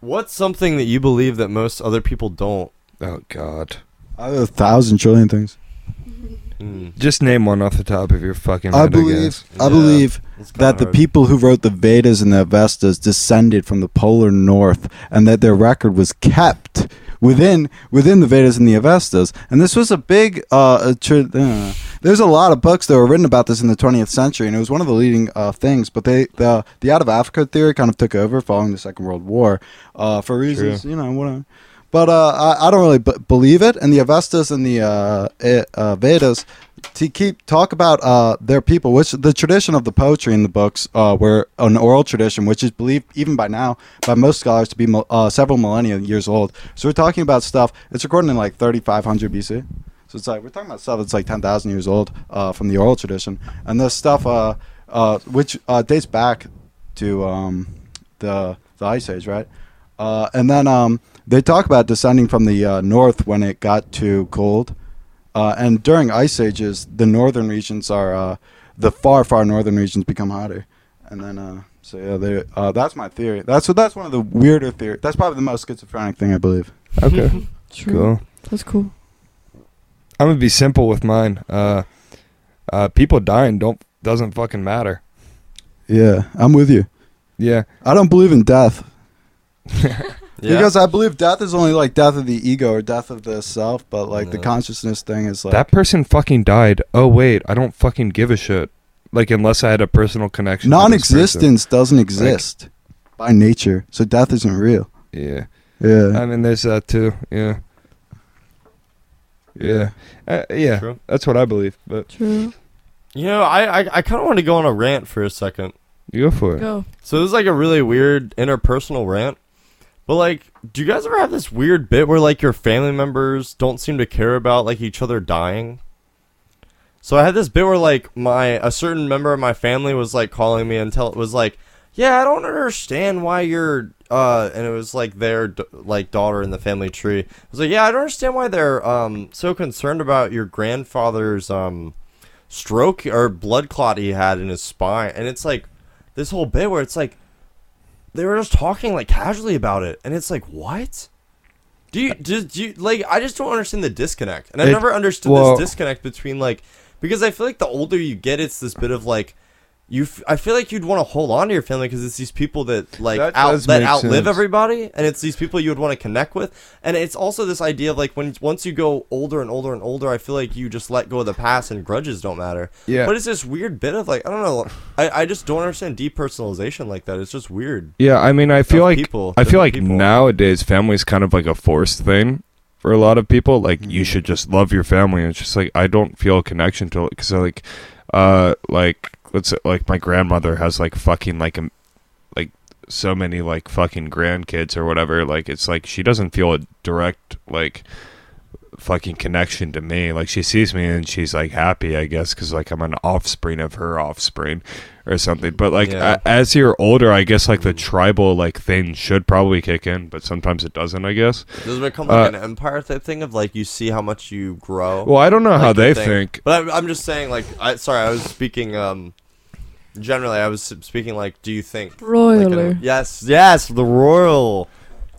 A: What's something that you believe that most other people don't?
C: Oh God.
D: I have a thousand trillion things.
A: Mm,
C: Just name one off the top of your fucking.
D: I
C: head,
D: believe.
C: guess.
D: I
A: Yeah.
D: believe
A: it's kinda
D: that the
A: hard.
D: people who wrote the Vedas and the Avestas descended from the polar north, and that their record was kept within within the Vedas and the Avestas. And this was a big. Uh, a tr- uh, there's a lot of books that were written about this in the 20th century, and it was one of the leading uh, things. But they the the out of Africa theory kind of took over following the Second World War, uh, for reasons you know whatever. But uh, I, I don't really b- believe it. And the Avestas and the uh, eh, uh, Vedas to keep talk about uh, their people, which the tradition of the poetry in the books uh, were an oral tradition, which is believed even by now by most scholars to be mil- uh, several millennia years old. So we're talking about stuff. It's recorded in like 3500 BC. So it's like we're talking about stuff that's like 10,000 years old uh, from the oral tradition, and this stuff uh, uh, which uh, dates back to um, the the Ice Age, right? Uh, and then um, they talk about descending from the uh, north when it got too cold. Uh, and during ice ages, the northern regions are uh, the far, far northern regions become hotter, and then uh, so yeah, they, uh, that's my theory. That's that's one of the weirder theory. That's probably the most schizophrenic thing I believe.
C: Okay.
B: True.
C: cool.
B: That's cool.
C: I'm gonna be simple with mine. Uh, uh, people dying don't doesn't fucking matter.
D: Yeah, I'm with you.
C: Yeah.
D: I don't believe in death
A: Yeah.
D: because I believe death is only like death of the ego or death of the self, but like the
A: Yeah.
D: consciousness thing is like
C: that person fucking died. Oh wait, I don't fucking give a shit. Like unless I had a personal connection. with this person.
D: non-existence doesn't exist by nature, so death isn't real.
C: Yeah. I
D: Yeah,
C: mean, there's that too. Yeah. Yeah. Uh, yeah.
A: True.
C: That's what I believe. But
B: True.
A: You know, I I, I kind of want to go on a rant for a second.
C: you go for it.
B: Go.
A: So this is like a really weird interpersonal rant. But like, do you guys ever have this weird bit where like your family members don't seem to care about like each other dying? So I had this bit where like my a certain member of my family was like calling me and tell was like, "Yeah, I don't understand why you're uh and it was like their d- like daughter in the family tree. I was like, "Yeah, I don't understand why they're um so concerned about your grandfather's um stroke or blood clot he had in his spine." And it's like this whole bit where it's like they were just talking like casually about it and it's like what do you do, do you like i just don't understand the disconnect and i've
C: It-
A: never understood
C: well-
A: this disconnect between like because i feel like the older you get it's this bit of like you f- i feel like you'd want to hold on to your family because it's these people that like
C: That
A: out
C: does
A: that
C: make
A: outlive
C: sense.
A: everybody and it's these people you would want to connect with and it's also this idea of like when once you go older and older and older i feel like you just let go of the past and grudges don't matter
C: Yeah.
A: but it's this weird bit of like I don't know. I, I just don't understand depersonalization like that. It's just weird.
C: Yeah. I mean, I feel
A: Of
C: like
A: people,
C: I feel
A: different
C: like
A: people.
C: nowadays family's kind of like a forced thing for a lot of people. Like
A: Mm-hmm.
C: you should just love your family. And it's just like I don't feel a connection to it because like, uh, like let's say, like my grandmother has like fucking like a like so many like fucking grandkids or whatever like it's like she doesn't feel a direct like fucking connection to me like she sees me and she's like happy i guess because like i'm an offspring of her offspring or something but like
A: Yeah.
C: a- as you're older i guess like the tribal like thing should probably kick in but sometimes it doesn't i guess
A: Does it become like
C: Uh,
A: an empire type thing of like you see how much you grow?
C: well i don't know
A: like,
C: how
A: the
C: they
A: thing.
C: think
A: But I'm, I'm just saying like I sorry I was speaking um generally I was speaking like do you think like,
B: Roiler.
A: an- yes yes the royal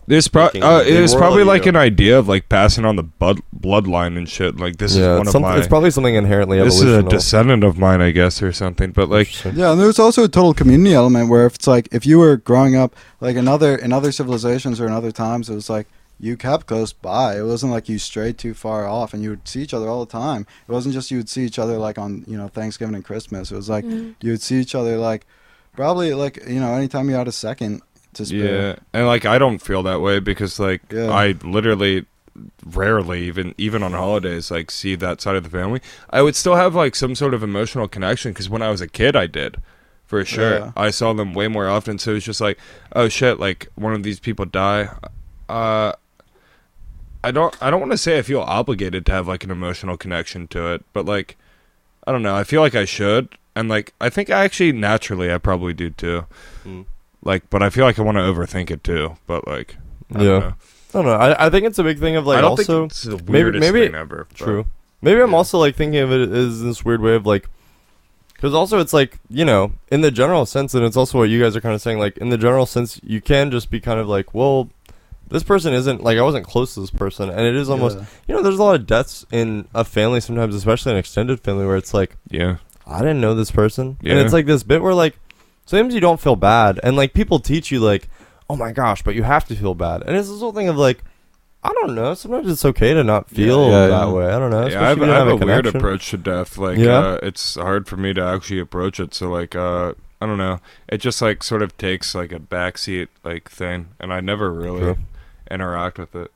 C: There's pro-
A: Thinking
C: uh,
A: they
C: there's
A: royal
C: probably
A: you.
C: like an idea of like passing on the bud- bloodline and shit. Like this is one of my.
A: probably something inherently
C: this is a descendant of mine, I guess, or something. But like,
D: Yeah, and there's also a total community element where if it's like if you were growing up like another in other civilizations or in other times, it was like you kept close by. It wasn't like you strayed too far off, and you would see each other all the time. It wasn't just you would see each other like on you know Thanksgiving and Christmas. It was like you would see each other like probably like you know anytime you had a second to spare.
C: yeah, and like I don't feel that way because like
D: Yeah.
C: I literally rarely even even on holidays like see that side of the family. I would still have like some sort of emotional connection because when I was a kid, I did. For sure,
D: Yeah.
C: I saw them way more often. So it was just like, oh shit, like one of these people die. Uh, I don't I don't want to say I feel obligated to have like an emotional connection to it, but like I don't know, I feel like I should and like I think I actually naturally I probably do too.
A: Mm.
C: Like, but I feel like I want to overthink it too. But like, I don't
A: Yeah.
C: know.
A: I don't know. I, I think it's a big thing of like
C: I don't
A: also
C: think it's the weirdest
A: maybe-
C: thing ever. but-
A: True. Maybe I'm
C: Yeah.
A: also like thinking of it as this weird way of like, because also it's like you know in the general sense, and it's also what you guys are kind of saying. Like in the general sense, you can just be kind of like, well, this person isn't like I wasn't close to this person, and it is almost
D: Yeah.
A: you know there's a lot of deaths in a family sometimes, especially an extended family, where it's like
C: Yeah.
A: I didn't know this person,
C: Yeah.
A: and it's like this bit where like sometimes you don't feel bad, and like people teach you like, oh my gosh, but you have to feel bad, and it's this whole thing of like. I don't know. Sometimes it's okay to not feel
D: yeah,
A: that
D: yeah.
A: way. I don't know.
C: Yeah, I
A: especially if
C: have,
A: you
C: I
A: don't
C: have a, weird
A: connection.
C: approach to death. Like,
A: Yeah?
C: uh, it's hard for me to actually approach it. So, like, uh, I don't know. It just like sort of takes like a backseat like thing, and I never really
A: True.
C: interact with it.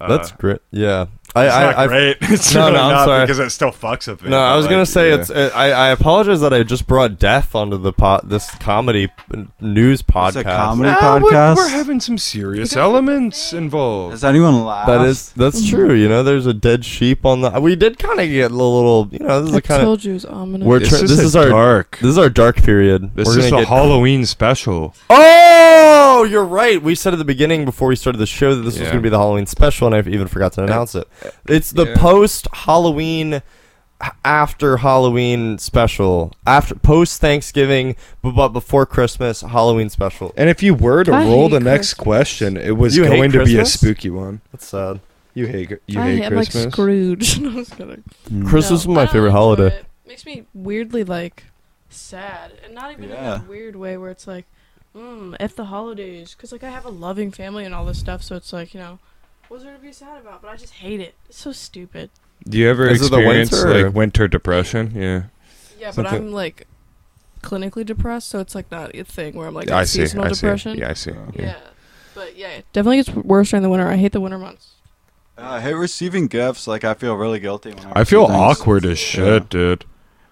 C: Uh,
A: That's great. Yeah, I,
C: it's not
A: I, I
C: great. It's
A: No,
C: really
A: no, I'm
C: not
A: sorry.
C: because it still fucks with me.
A: no, I
C: but,
A: was gonna
C: like,
A: say
C: yeah.
A: it's. It, I, I apologize that I just brought death onto the pot. This comedy p- news podcast.
D: It's a comedy
C: Ah, we're,
D: podcast.
C: we're having some serious elements involved.
D: Has anyone laughed?
A: That is that's true. You know, there's a dead sheep on the. We did kind of get a little. You know, this is
B: I
A: a kind of.
B: told you it was ominous.
A: We're
C: This
A: tr-
C: is
A: this
C: a
A: is our
C: dark.
A: This is our dark period.
C: This
A: We're
C: is
A: gonna
C: a
A: get-
C: Halloween special.
A: Oh, you're right. We said at the beginning before we started the show that this was
C: Yeah.
A: going to be the Halloween special, and I even forgot to announce it. It's the
C: yeah.
A: post Halloween, after Halloween special, after post Thanksgiving, but, but before Christmas Halloween special.
C: And if you were to
B: I
C: roll
B: hate
C: the next
B: Christmas.
C: question, it was
A: You hate
C: going to be a
A: Christmas?
C: spooky one.
A: That's sad.
C: You hate you
B: I
C: hate
B: am like
C: Christmas.
B: Scrooge. No, I was kidding.
D: Mm.
A: Christmas
B: No,
A: is
B: I
A: my
B: don't
A: favorite
B: enjoy
A: holiday.
B: It. Makes me weirdly like sad, and not even
D: Yeah.
B: in a weird way where it's like, mm, if the holidays, because like I have a loving family and all this stuff, so it's like you know, what's there to be sad about? But I just hate it. It's so stupid.
C: Do you ever
A: Is it the
C: experience
A: winter or-
C: like winter depression? Yeah.
B: Yeah, but
C: Something-
B: I'm like clinically depressed, so it's like not a thing where I'm like
C: I
B: in
C: see.
B: seasonal
C: I
B: depression.
C: see. Yeah, I see.
B: Yeah. but yeah, it definitely gets worse during the winter. I hate the winter months.
D: Uh, I hate receiving gifts. Like I feel really guilty. When I,
C: I
D: receive
C: feel
D: things.
C: awkward as shit,
D: Yeah.
C: dude.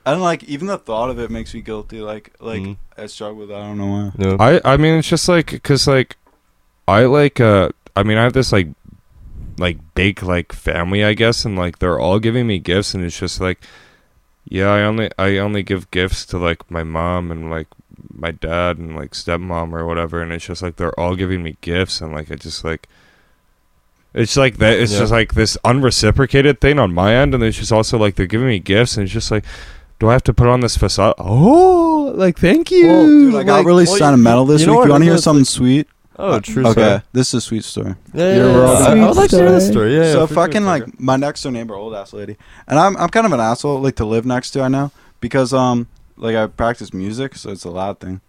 D: And like even the thought of it makes me guilty. Like like
A: Mhm.
D: I struggle with. It. I don't know why.
A: No.
C: I I mean it's just like cuz like I like uh I mean I have this like like big like family I guess and like they're all giving me gifts and it's just like yeah, I only I only give gifts to like my mom and like my dad and like stepmom or whatever and it's just like they're all giving me gifts and like I just like it's like that it's
A: Yeah.
C: just like this unreciprocated thing on my end and it's just also like they're giving me gifts and it's just like do I have to put on this facade? Oh, like thank you.
A: Well,
D: Dude, I got
A: like-
D: really
A: well, you-
D: sentimental this
A: you know
D: week.
A: what
D: You want to
A: it
D: hear
A: is?
D: something sweet?
A: oh,
D: Uh,
A: true.
D: Okay,
A: story.
D: this is a sweet story.
A: Yeah, yeah,
D: You're
A: yeah.
D: wrong.
A: I, I would like to hear this
B: Sweet
A: story. Yeah, yeah,
D: so
A: for sure,
D: fucking
A: for
D: like
A: sure.
D: my next door neighbor, old ass lady, and I'm I'm kind of an asshole like to live next to. I know because um like I practice music, so it's a loud thing.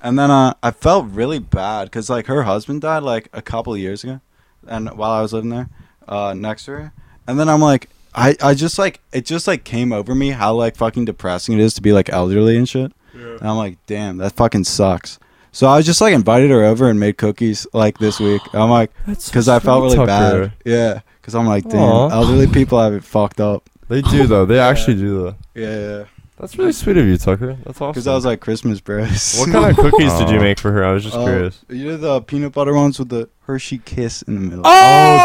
D: And then uh, I felt really bad because like her husband died like a couple of years ago, and while I was living there, uh, next to her. And then I'm like, I I just like it just like came over me how like fucking depressing it is to be like elderly and shit. And I'm like, damn, that fucking sucks. So I was just like invited her over and made cookies like this week. I'm like, because I felt really
A: Tucker.
D: bad. Yeah, because I'm like, damn,
A: Aw.
D: elderly people have it fucked up.
A: They do though. They actually do though.
D: Yeah, yeah.
A: That's really sweet of you, Tucker. That's awesome.
D: Because that was like Christmas breast.
A: What kind of cookies did you
C: Aw.
A: make for her? I was just
D: Uh,
A: curious.
D: You know the peanut butter ones with the Hershey kiss in the middle.
C: Oh,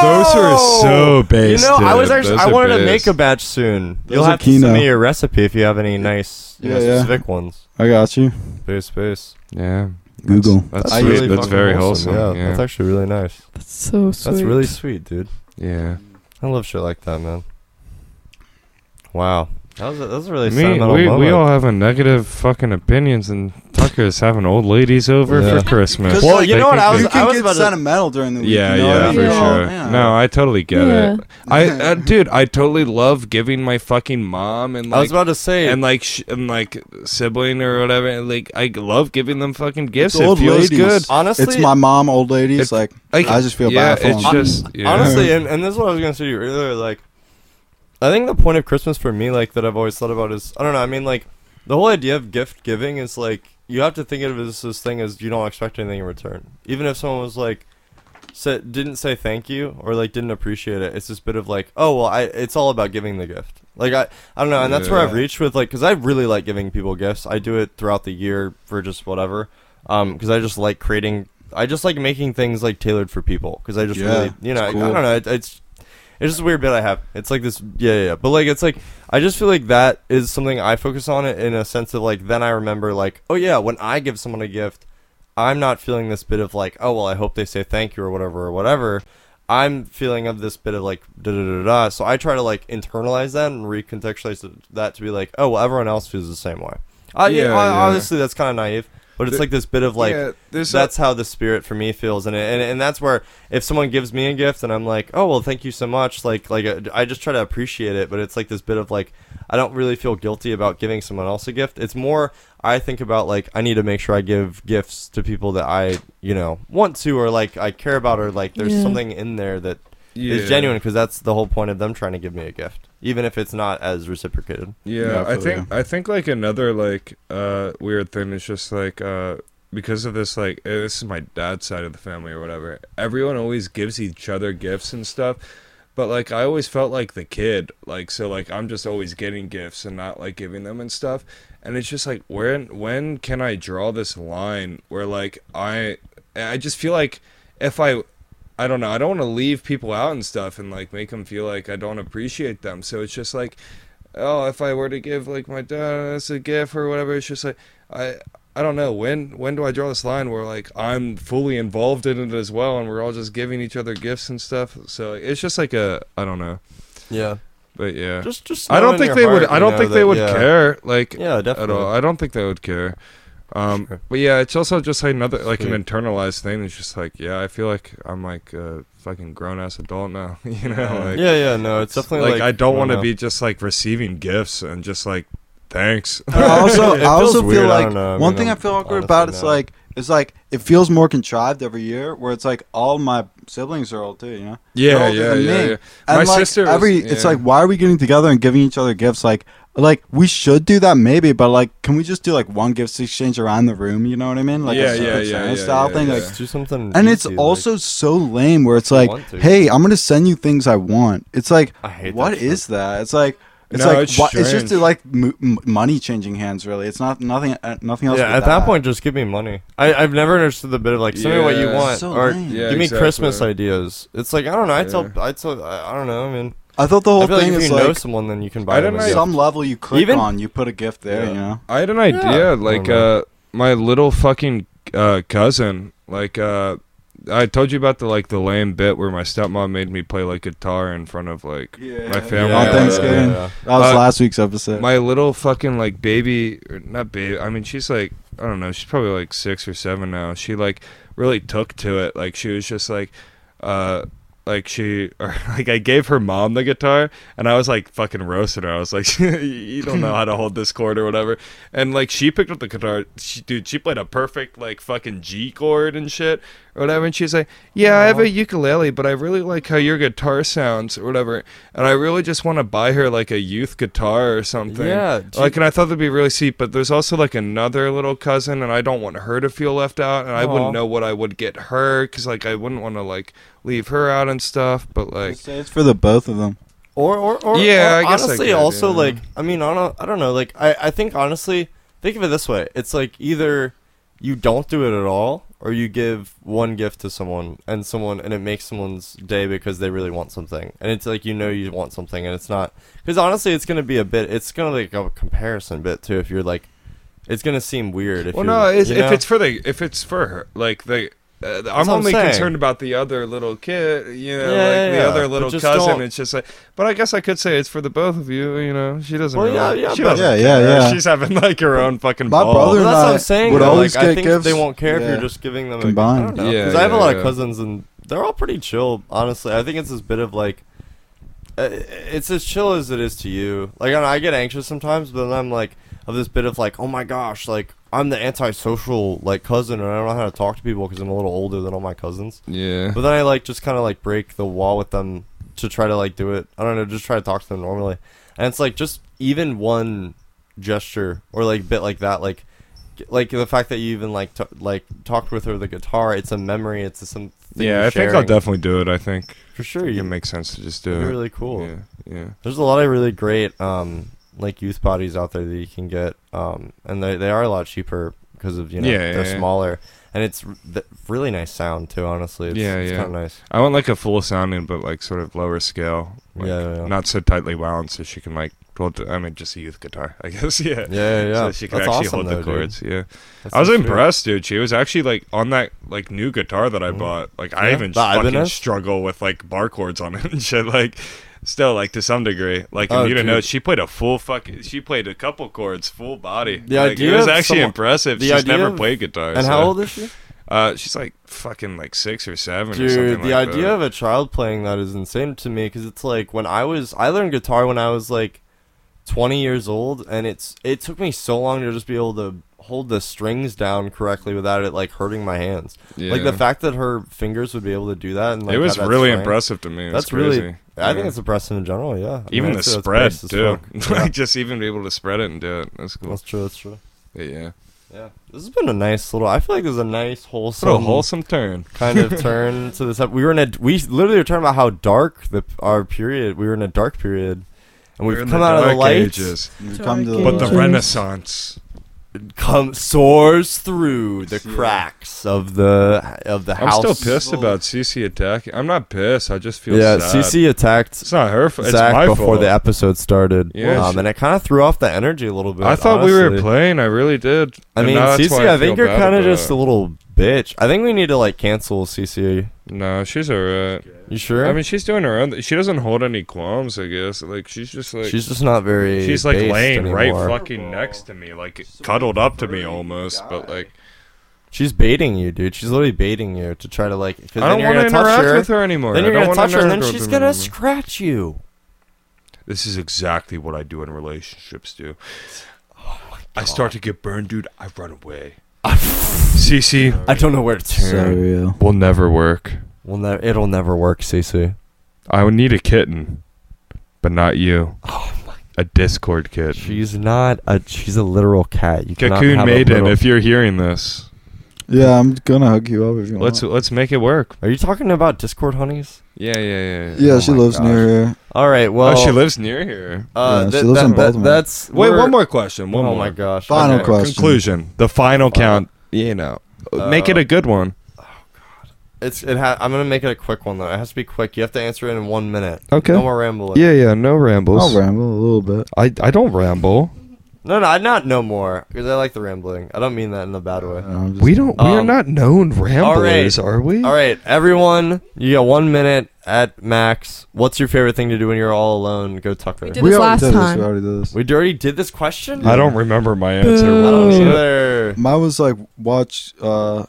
C: those are so based.
A: You know, I was
C: dude.
A: actually
C: Those
A: I
C: are
A: wanted to make
C: based.
A: a batch soon.
D: Those
A: You'll
D: are
A: have to send
D: Kino.
A: me your recipe if you have any nice, you know,
D: Yeah, yeah.
A: specific ones.
D: I got you.
A: Space, space.
C: Yeah,
D: Google.
C: That's,
D: I
C: sweet.
D: really
C: that's
A: fucking
C: very wholesome.
A: Yeah,
C: Yeah,
A: that's actually really nice.
B: That's so sweet.
A: That's really sweet, dude.
C: yeah.
A: I love shit like that, man. Wow, that was a, that was a really
C: Me,
A: sentimental
C: we,
A: moment.
C: we all have a negative fucking opinions, and Tucker's having old ladies over
A: Yeah.
C: for Christmas.
D: Just Well, like-
A: you know what, I was-
D: you can get
A: about to-
D: sentimental during the week.
C: yeah,
D: you know what
C: yeah,
D: I mean?
C: for
D: You're all,
C: sure.
D: man.
C: No, I totally get
B: Yeah.
C: it. I, uh, dude, I totally love giving my fucking mom and
A: I
C: like
A: was about to say,
C: and like sh- and like sibling or whatever. And, like I love giving them fucking gifts. It
D: old
C: feels
D: ladies.
C: good.
A: honestly,
D: it's my mom, old ladies.
C: It's-
D: like,
C: Like,
D: I just feel
C: yeah,
D: bad for
C: it's
D: them.
C: just yeah.
A: honestly, and, and this is what I was gonna say to you earlier. Like, I think the point of Christmas for me, like that I've always thought about is I don't know. I mean, like the whole idea of gift giving is like you have to think of it as this thing as you don't expect anything in return. Even if someone was like said didn't say thank you or like didn't appreciate it, it's this bit of like oh well, I it's all about giving the gift. Like I I don't know, and that's where I've
C: Yeah.
A: reached with like because I really like giving people gifts. I do it throughout the year for just whatever. Um, because I just like creating. I just like making things like tailored for people because I just
D: Yeah,
A: really you
D: it's
A: know I-
D: cool.
A: I don't know it, it's It's just a weird bit I have. It's like this, yeah, yeah, yeah. But like, it's like I just feel like that is something I focus on it in a sense of like then I remember like, oh yeah, when I give someone a gift, I'm not feeling this bit of like, oh well, I hope they say thank you or whatever or whatever. I'm feeling of this bit of like da da da da. da. So I try to like internalize that and recontextualize th- that to be like, oh well, everyone else feels the same way. Uh, yeah,
C: Yeah,
A: I-
C: yeah.
A: obviously that's kind of naive, but it's
C: Th-
A: like this bit of like
C: Yeah, there's a-
A: that's how the spirit for me feels and, and and that's where if someone gives me a gift and i'm like oh well thank you so much like like uh, i just try to appreciate it but it's like this bit of like i don't really feel guilty about giving someone else a gift it's more i think about like i need to make sure i give gifts to people that i you know want to or like i care about or like there's
B: Yeah.
A: something in there that is
C: Yeah.
A: genuine because that's the whole point of them trying to give me a gift even if it's not as reciprocated
D: Yeah,
C: Yeah, I
D: for
C: think I think like another like uh weird thing is just like uh because of this like eh, this is my dad's side of the family or whatever. Everyone always gives each other gifts and stuff. But like I always felt like the kid, like so like I'm just always getting gifts and not like giving them and stuff. And it's just like when when can I draw this line where like I I just feel like if I I don't know, I don't want to leave people out and stuff and like make them feel like I don't appreciate them. So it's just like oh, if I were to give like my dad as a gift or whatever, it's just like I I don't know when when do I draw this line where like I'm fully involved in it as well and we're all just giving each other gifts and stuff. So it's just like a I don't know,
A: yeah
C: but yeah,
A: just just
C: I
A: know
C: don't
A: in
C: think
A: your
C: they would.
A: heart,
C: I
A: you
C: don't
A: know
C: think
A: that-
C: they would
A: yeah.
C: care like
A: yeah
C: at
A: definitely
C: all. I don't think they would care. Um,
A: Sure.
C: but yeah, it's also just like another like
A: Sweet.
C: an internalized thing. It's just like yeah, I feel like I'm like a fucking grown ass adult now. You know, like,
A: yeah yeah no it's definitely
C: like,
A: like
C: I don't want to
A: know.
C: be just like receiving gifts and just like thanks.
D: I also,
A: It
D: I also
A: feels
D: feel
A: weird, I
D: like
A: don't know, I
D: one
A: mean,
D: thing I
A: I'm
D: feel awkward
A: honestly
D: about is
A: not.
D: like it's like it feels more contrived every year, where it's like all my siblings are old too, you know. They're
C: Yeah,
D: older
C: yeah,
D: than
C: yeah,
D: me.
C: yeah.
D: And
C: My
D: like,
C: sister was-
D: every it's
C: yeah.
D: like why are we getting together and giving each other gifts? Like, like we should do that maybe, but like, can we just do like one gift exchange around the room? You know what I mean? Like
C: Yeah,
D: a
C: yeah,
D: Secret
C: yeah,
D: Santa
C: yeah,
D: style
C: yeah,
D: thing.
C: yeah.
D: Like,
A: Just do something
D: and it's
A: easy, like-
D: also so lame where it's
A: You
D: like,
A: want to.
D: hey, I'm gonna send you things I want. It's like,
A: I hate
D: what
A: that
D: is that? It's like. It's
C: No,
D: like
C: it's
D: wha- it's just
C: strange.
D: like m- m- money changing hands. Really, it's not nothing. Uh, nothing else.
A: yeah,
D: but
A: at that. point, just give me money. I, I've never understood the bit of like, send me what you
C: Yeah.
A: want,
D: So
A: or
D: lame.
C: Yeah,
A: give me
C: exactly.
A: Christmas ideas. It's like I don't know. I tell,
C: Yeah.
A: I tell, I I don't know. I mean,
D: I thought the whole
A: I feel like
D: thing
A: if you
D: is
A: know
D: like
A: someone, then you can
C: I
A: buy them.
C: don't
A: a
C: know
A: gift.
D: some level you click
A: Even-
D: on, you put a gift there.
C: Yeah.
D: You know,
C: I had an idea.
A: Alright.
C: Like uh, my little fucking uh, cousin. Like uh, I told you about the like the lame bit where my stepmom made me play like guitar in front of like
D: Yeah.
C: my
A: Yeah,
C: family.
D: On
A: yeah,
D: Thanksgiving.
A: yeah, yeah.
D: that was
C: Uh,
D: last week's episode.
C: My little fucking like baby, or not baby. I mean, she's like I don't know. She's probably like six or seven now. She like really took to it. Like she was just like, uh, like she or like I gave her mom the guitar, and I was like fucking roasting her. I was like, you don't know how to hold this chord or whatever. And like she picked up the guitar. She, dude, she played a perfect like fucking G chord and shit or whatever. And she's like, yeah, I have a ukulele, but I really like how your guitar sounds or whatever. And I really just want to buy her like a youth guitar or something.
A: Yeah, do you-
C: Like, and I thought that'd be really sweet. But there's also like another little cousin, and I don't want her to feel left out, and I
A: Aw.
C: wouldn't know what I would get her because like I wouldn't want to like leave her out and stuff. But like.
D: It's- it's for the both of them.
A: Or, or, or or
C: Yeah, I guess I
A: honestly,
C: could,
A: also
C: yeah.
A: like, I mean, I don't, I don't know. Like, I, I think honestly, think of it this way: it's like either you don't do it at all, or you give one gift to someone, and someone, and it makes someone's day because they really want something, and it's like you know you want something, and it's not because honestly, it's gonna be a bit, it's gonna like a comparison bit too. If you're like, it's gonna seem weird. If
C: Well,
A: you're,
C: no, it's,
A: you
C: if
A: know?
C: it's for the if it's for her, like the. Uh,
A: what I'm
C: I'm only
A: saying.
C: concerned about the other little kid, you know,
A: Yeah,
C: like
A: yeah,
C: the
A: yeah.
C: other
A: But
C: little
A: just
C: cousin.
A: don't-
C: It's just like, but I guess I could say it's for the both of you, you know. She doesn't.
A: Well,
C: really,
A: yeah, yeah,
C: she
A: but-
C: doesn't
D: Yeah, yeah,
C: care.
D: yeah.
C: She's having like her own fucking.
D: My
C: ball.
D: brother-
A: Well, that's what I'm
D: not-
A: saying.
D: would
A: though,
D: always
A: like, I
D: get
A: think
D: gifts.
A: they won't care if
D: Yeah.
A: you're just giving them A, I
D: Combined.
A: don't know.
C: Yeah,
A: Because I have a
C: yeah,
A: lot of
C: yeah.
A: cousins and they're all pretty chill. Honestly, I think it's this bit of like, uh, it's as chill as it is to you. Like, I, don't know, I get anxious sometimes, but then I'm like of this bit of like, oh my gosh, like I'm the antisocial like cousin, and I don't know how to talk to people because I'm a little older than all my cousins.
C: Yeah.
A: But then I like just kind of like break the wall with them to try to like do it. I don't know, just try to talk to them normally. And it's like just even one gesture or like bit like that, like g- like the fact that you even like t- like talked with her the guitar. It's a memory. It's a, some
C: yeah, I think I'll definitely do it. I think
A: for sure.
C: it
A: You
C: makes sense to just do
A: it'd
C: it.
A: be really cool.
C: Yeah, yeah.
A: There's a lot of really great um like youth bodies out there that you can get um and they they are a lot cheaper because of you know
C: Yeah, yeah,
A: they're
C: yeah.
A: smaller. and it's r- th- really nice sound too. Honestly, it's,
C: Yeah,
A: it's
C: yeah.
A: kind of nice.
C: I want like a full sounding, but like sort of lower scale. Like,
A: Yeah, yeah.
C: Not so tightly wound, so she can like. Well, I mean, just a youth guitar, I guess. Yeah.
A: Yeah, yeah, yeah.
C: So she can
A: That's
C: actually
A: awesome,
C: hold
A: though,
C: the
A: dude.
C: chords. Yeah.
A: That's
C: I was
A: so sweet.
C: impressed, dude. She was actually like on that like new guitar that I
A: Mhm.
C: bought. Like I
A: Yeah,
C: even
A: the
C: fucking
A: Ibanez?
C: struggle with like bar chords on it and shit. Like still like to some degree. Like if
A: Oh,
C: you don't
A: dude.
C: know, she played a full fucking. She played a couple chords, full body.
A: The
C: Like,
A: idea
C: it was
A: of
C: actually
A: someone-
C: impressive.
A: the
C: She's
A: idea
C: never
A: of-
C: played guitar.
A: And
C: so-
A: how old is she?
C: Uh, she's like fucking like six or seven or something.
A: Dude, the
C: like
A: idea
C: that.
A: of a child playing that is insane to me because it's like when I was I learned guitar when I was like 20 years old, and it's it took me so long to just be able to hold the strings down correctly without it like hurting my hands. Like the
C: Yeah.
A: fact that her fingers would be able to do that and like
C: it was
A: have that
C: really
A: strength,
C: impressive to me. It was
A: That's really-
C: crazy.
A: I think
C: Yeah.
A: it's impressive in general. Yeah, I mean,
C: even the
A: it's- it's
C: spread
A: nice as
C: too.
A: fuck. Yeah.
C: like just even be able to spread it and do it. That's cool.
A: That's true. That's true.
C: But yeah,
A: Yeah, this has been a nice little. I feel like there's a nice
C: sort of
A: wholesome,
C: a wholesome turn.
A: kind of turn to this. Up, we were in a we literally were talking about how dark the our period. We were in a dark period, and
C: We're
A: we've
C: in
A: come out of the
C: dark
A: lights.
C: ages.
D: You
B: Sorry,
D: come to
B: Gabe.
C: but the
B: Ages.
C: Renaissance.
A: Come soars through the
D: Yeah.
A: cracks of the of the house.
C: I'm still pissed
D: Well-
C: about CC attacking. I'm not pissed. I just feel
A: Yeah,
C: sad.
A: CC attacked
C: It's not her fault. It's my
A: Zach before
C: fault.
A: the episode started.
C: Yeah,
A: um,
C: she-
A: and it kind of threw off the energy a little bit.
C: I thought we
A: honestly.
C: were playing. I really did.
A: I
C: And
A: mean,
C: now that's
A: CC,
C: why
A: I, think
C: feel
A: you're
C: bad
A: kind of
C: about
A: just
C: it.
A: a little bitch. I think we need to like cancel CC.
C: No, she's alright.
A: You sure?
C: I mean, she's doing her own. Th- she doesn't hold any qualms. I guess. Like she's just like
A: she's just not very.
C: she's like
A: based
C: laying
A: anymore.
C: right fucking next to me, like cuddled up to me almost. But like
A: She's baiting you, dude. She's literally baiting you to try to like. 'cause then
C: I don't
A: you're
C: want to
A: gonna touch
C: interact
A: her.
C: with her anymore.
A: Then you're
C: I don't
A: gonna
C: wanna
A: touch her, and then
C: interact
A: she's
C: with
A: gonna
C: anymore.
A: scratch you.
C: This is exactly what I do in relationships, dude.
A: Oh
C: I start to get burned, dude. I run away. CC
A: I don't know where to
D: So
A: turn.
D: real.
C: will never work.
A: Well, ne- it'll never work, CC.
C: I would need a kitten, but not you. A Discord kitten.
A: Oh She's not a. She's a literal cat. You cannot
C: Cocoon
A: have a
C: Maiden,
A: little-
C: if you're hearing this,
D: Yeah, I'm gonna hug you up if you
C: let's
D: want.
C: let's make it work.
A: Are you talking about Discord honeys?
C: Yeah, yeah, yeah.
D: Yeah,
C: Oh
D: she
C: my
D: lives
C: gosh.
D: near here.
A: All right. Well,
C: oh, she lives near here.
A: Uh,
D: Yeah,
A: that-
D: she lives
A: that-
D: in
A: that-
D: Baltimore.
A: that's
C: Wait,
A: we're-
C: one more question. One
A: oh
C: more.
A: my gosh.
D: Final
A: okay.
D: question.
C: Conclusion. The final
A: Final.
C: count. You know, make it
A: Uh,
C: a good one.
A: It's it. Ha- I'm gonna make it a quick one though. It has to be quick. You have to answer it in one minute.
C: Okay.
A: No more rambling.
C: Yeah, yeah. No rambles.
D: I'll ramble a little bit.
C: I I don't ramble.
A: No, no, I not no more because I like the rambling. I don't mean that in a bad way.
D: I'm just- Uh,
C: We don't. we are
A: Um,
C: not known ramblers,
A: all
C: are
B: Mm-hmm.
C: we?
A: All right, everyone, you got one minute at max. What's your favorite thing to do when you're all alone? Go Tucker.
B: We
A: We,
B: did- this last
D: already did
B: time.
D: This, we already did this.
A: already did this question.
C: I don't remember my answer.
B: Boo.
A: I
C: What
A: don't
C: was it?
A: either.
D: Mine was like watch uh,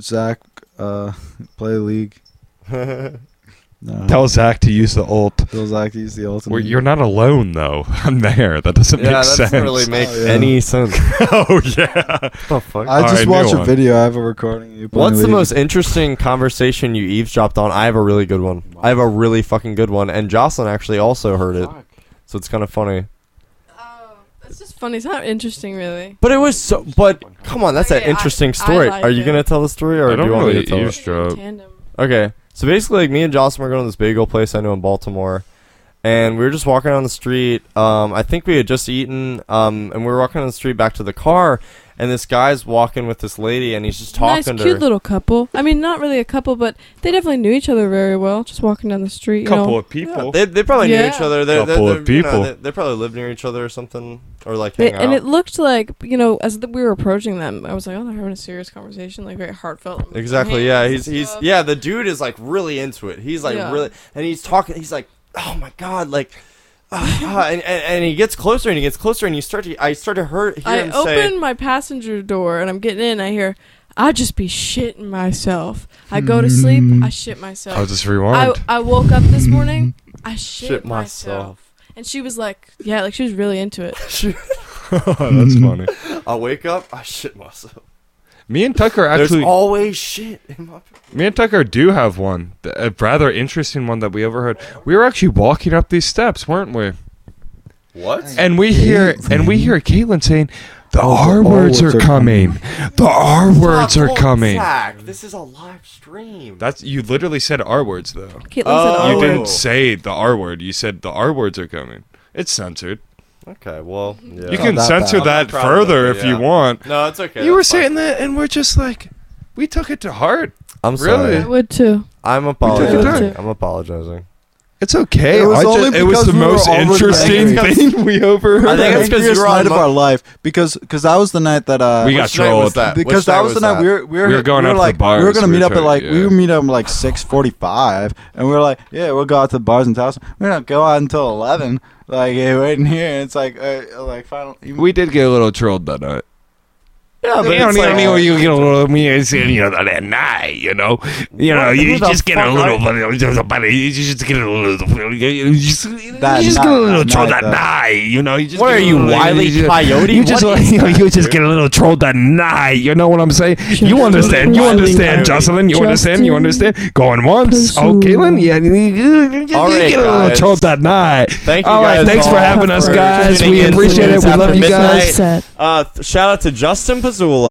D: Zach uh, play league. No.
C: Tell Zach to use the ult.
D: Tell Zach he's the ultimate.
C: Well, you're not alone though. I'm there. That doesn't
A: yeah,
C: make
A: that
C: sense.
A: doesn't really make
D: Oh, yeah.
A: any sense. What
C: oh yeah.
A: the fuck?
D: I
C: All
D: just
C: right, new
D: watched a
C: one.
D: video. I have a recording. Of you playing
A: What's the
D: league.
A: most interesting conversation you eavesdropped on? I have a really good one. I have a really fucking good one, and Jocelyn actually also heard it, so it's kind of funny.
B: It's just funny. It's not interesting, really.
A: But it was so. But come on, that's an
B: Okay, I-
A: interesting
B: I
A: story.
B: liked
A: Are you
B: it.
A: gonna tell the story, or
C: I
A: do
C: don't
A: you want me
C: really
A: to tell it?
C: eavesdrop. Eavesdrop.
B: Tandem.
A: Okay, so basically, like me and Jocelyn were going to this bagel place I knew in Baltimore, and we were just walking down the street. Um, I think we had just eaten, um, and we were walking down the street back to the car, and this guy's walking with this lady, and he's just
B: Nice,
A: talking to
B: cute
A: her.
B: little couple. I mean, not really a couple, but they definitely knew each other very well. Just walking down the street, you
C: Couple
B: know.
C: of people.
A: They, they probably knew
B: Yeah.
A: each other. They're, they're-
C: Couple of
A: they're, you know,
C: people.
A: they, they probably lived near each other or something, or like
B: They,
A: hang out.
B: and it looked like you know, as th- we were approaching them, I was like, "Oh, they're having a serious conversation, like very heartfelt."
A: Exactly.
B: Hands
A: Yeah.
B: and
A: He's he's
B: stuff.
A: yeah. The dude is like really into it. He's like
B: Yeah.
A: really, and he's talking. He's like, oh my god, like, ah, ah," and, and and he gets closer and he gets closer and you start to I start to hear, hear
B: I
A: him
B: open
A: say,
B: my passenger door and I'm getting in. I hear, "I just be shitting myself." I go to sleep. I shit myself.
C: I'll just
B: I,
C: rewind.
B: I woke up this morning. I shit,
A: Shit
B: myself.
A: myself.
B: And she was like, yeah, like she was really into it.
C: That's funny.
A: I wake up, I shit myself.
C: Me and Tucker
A: There's
C: actually.
A: always shit in my.
C: me and Tucker do have one. th- A rather interesting one that we overheard. We were actually walking up these steps, weren't we?
A: What?
C: And we hear and we hear Caitlin saying, "The
D: Oh,
C: R
D: the R
C: words are coming. The R words are coming."
A: Zach, this is a live stream.
C: That's you literally said R words though.
B: Caitlin
A: Oh.
B: said,
C: You
B: oh,
C: didn't
A: Oh.
C: say the R word. You said the R words are coming. It's censored.
A: okay. Well, yeah.
C: You can
D: that
C: censor
D: bad.
A: I'm not
C: that
A: proud of
C: further
A: it,
C: if
A: yeah.
C: you want.
A: No, it's okay.
C: you were
A: that's fine.
C: saying that, and we're just like, We took it to heart.
A: I'm
C: Really?
B: I
A: sorry.
B: would too.
A: I'm
D: took
B: it
A: apologizing.
B: back.
A: I'm apologizing.
C: It's okay.
D: It was
C: I ju-
D: only
C: it was
D: because
C: the
D: we were
C: most
D: already
C: interesting
D: angry.
C: thing we
A: I
C: overheard.
A: think it's 'cause you
D: angriest
A: were on
D: night of
A: mo-
D: our life because because that was the night that uh
C: We got
A: Which night
C: trolled.
A: was that?
D: because
A: Which
D: that
A: night
D: was the night we were we were,
C: We were going out to the
D: like, We were
C: bars,
D: gonna
C: we
D: meet
C: were
D: up at
C: trying-
D: like we
C: yeah.
D: would meet up like six forty five, and we were like, yeah, we'll go out to the bars and house. We don't go out until eleven. Like yeah, waiting here, and it's like uh, like final.
C: We did get a little trolled that night.
A: Yeah,
C: you don't even know you get a little. I mean, it's, you know that night. You know, you know,
A: What?
C: you
A: Who the
C: just get a
A: fuck
C: little,
A: are
C: you just about it, you just get a little, you just, you
D: That
C: just get a
D: night,
C: little
D: that
C: trolled
D: night,
C: that
D: though.
C: night. You know, you just
A: What
C: get
A: are
C: a
A: you,
C: little-
A: Wile E.
C: you just-
A: Coyote?
C: You just,
A: What is
C: you, know,
A: that,
C: you just
A: dude?
C: get a little trolled that night. You know what I'm saying? You understand? You
B: Wile E.
A: Coyote.
C: understand, Jocelyn? You understand? You
B: Justin.
C: understand? Going once,
B: Pursue.
C: okay, then yeah. You you just
A: All right,
C: get a little
A: guys.
C: trolled that night.
A: Thank you
C: All right,
A: guys
C: thanks
A: all
C: for having us,
A: for
C: guys.
A: tuning
C: We
A: in to
C: appreciate it.
A: Minutes
C: We
A: After
C: love you guys.
A: Midnight. Uh, th- shout out to Justin Pazula.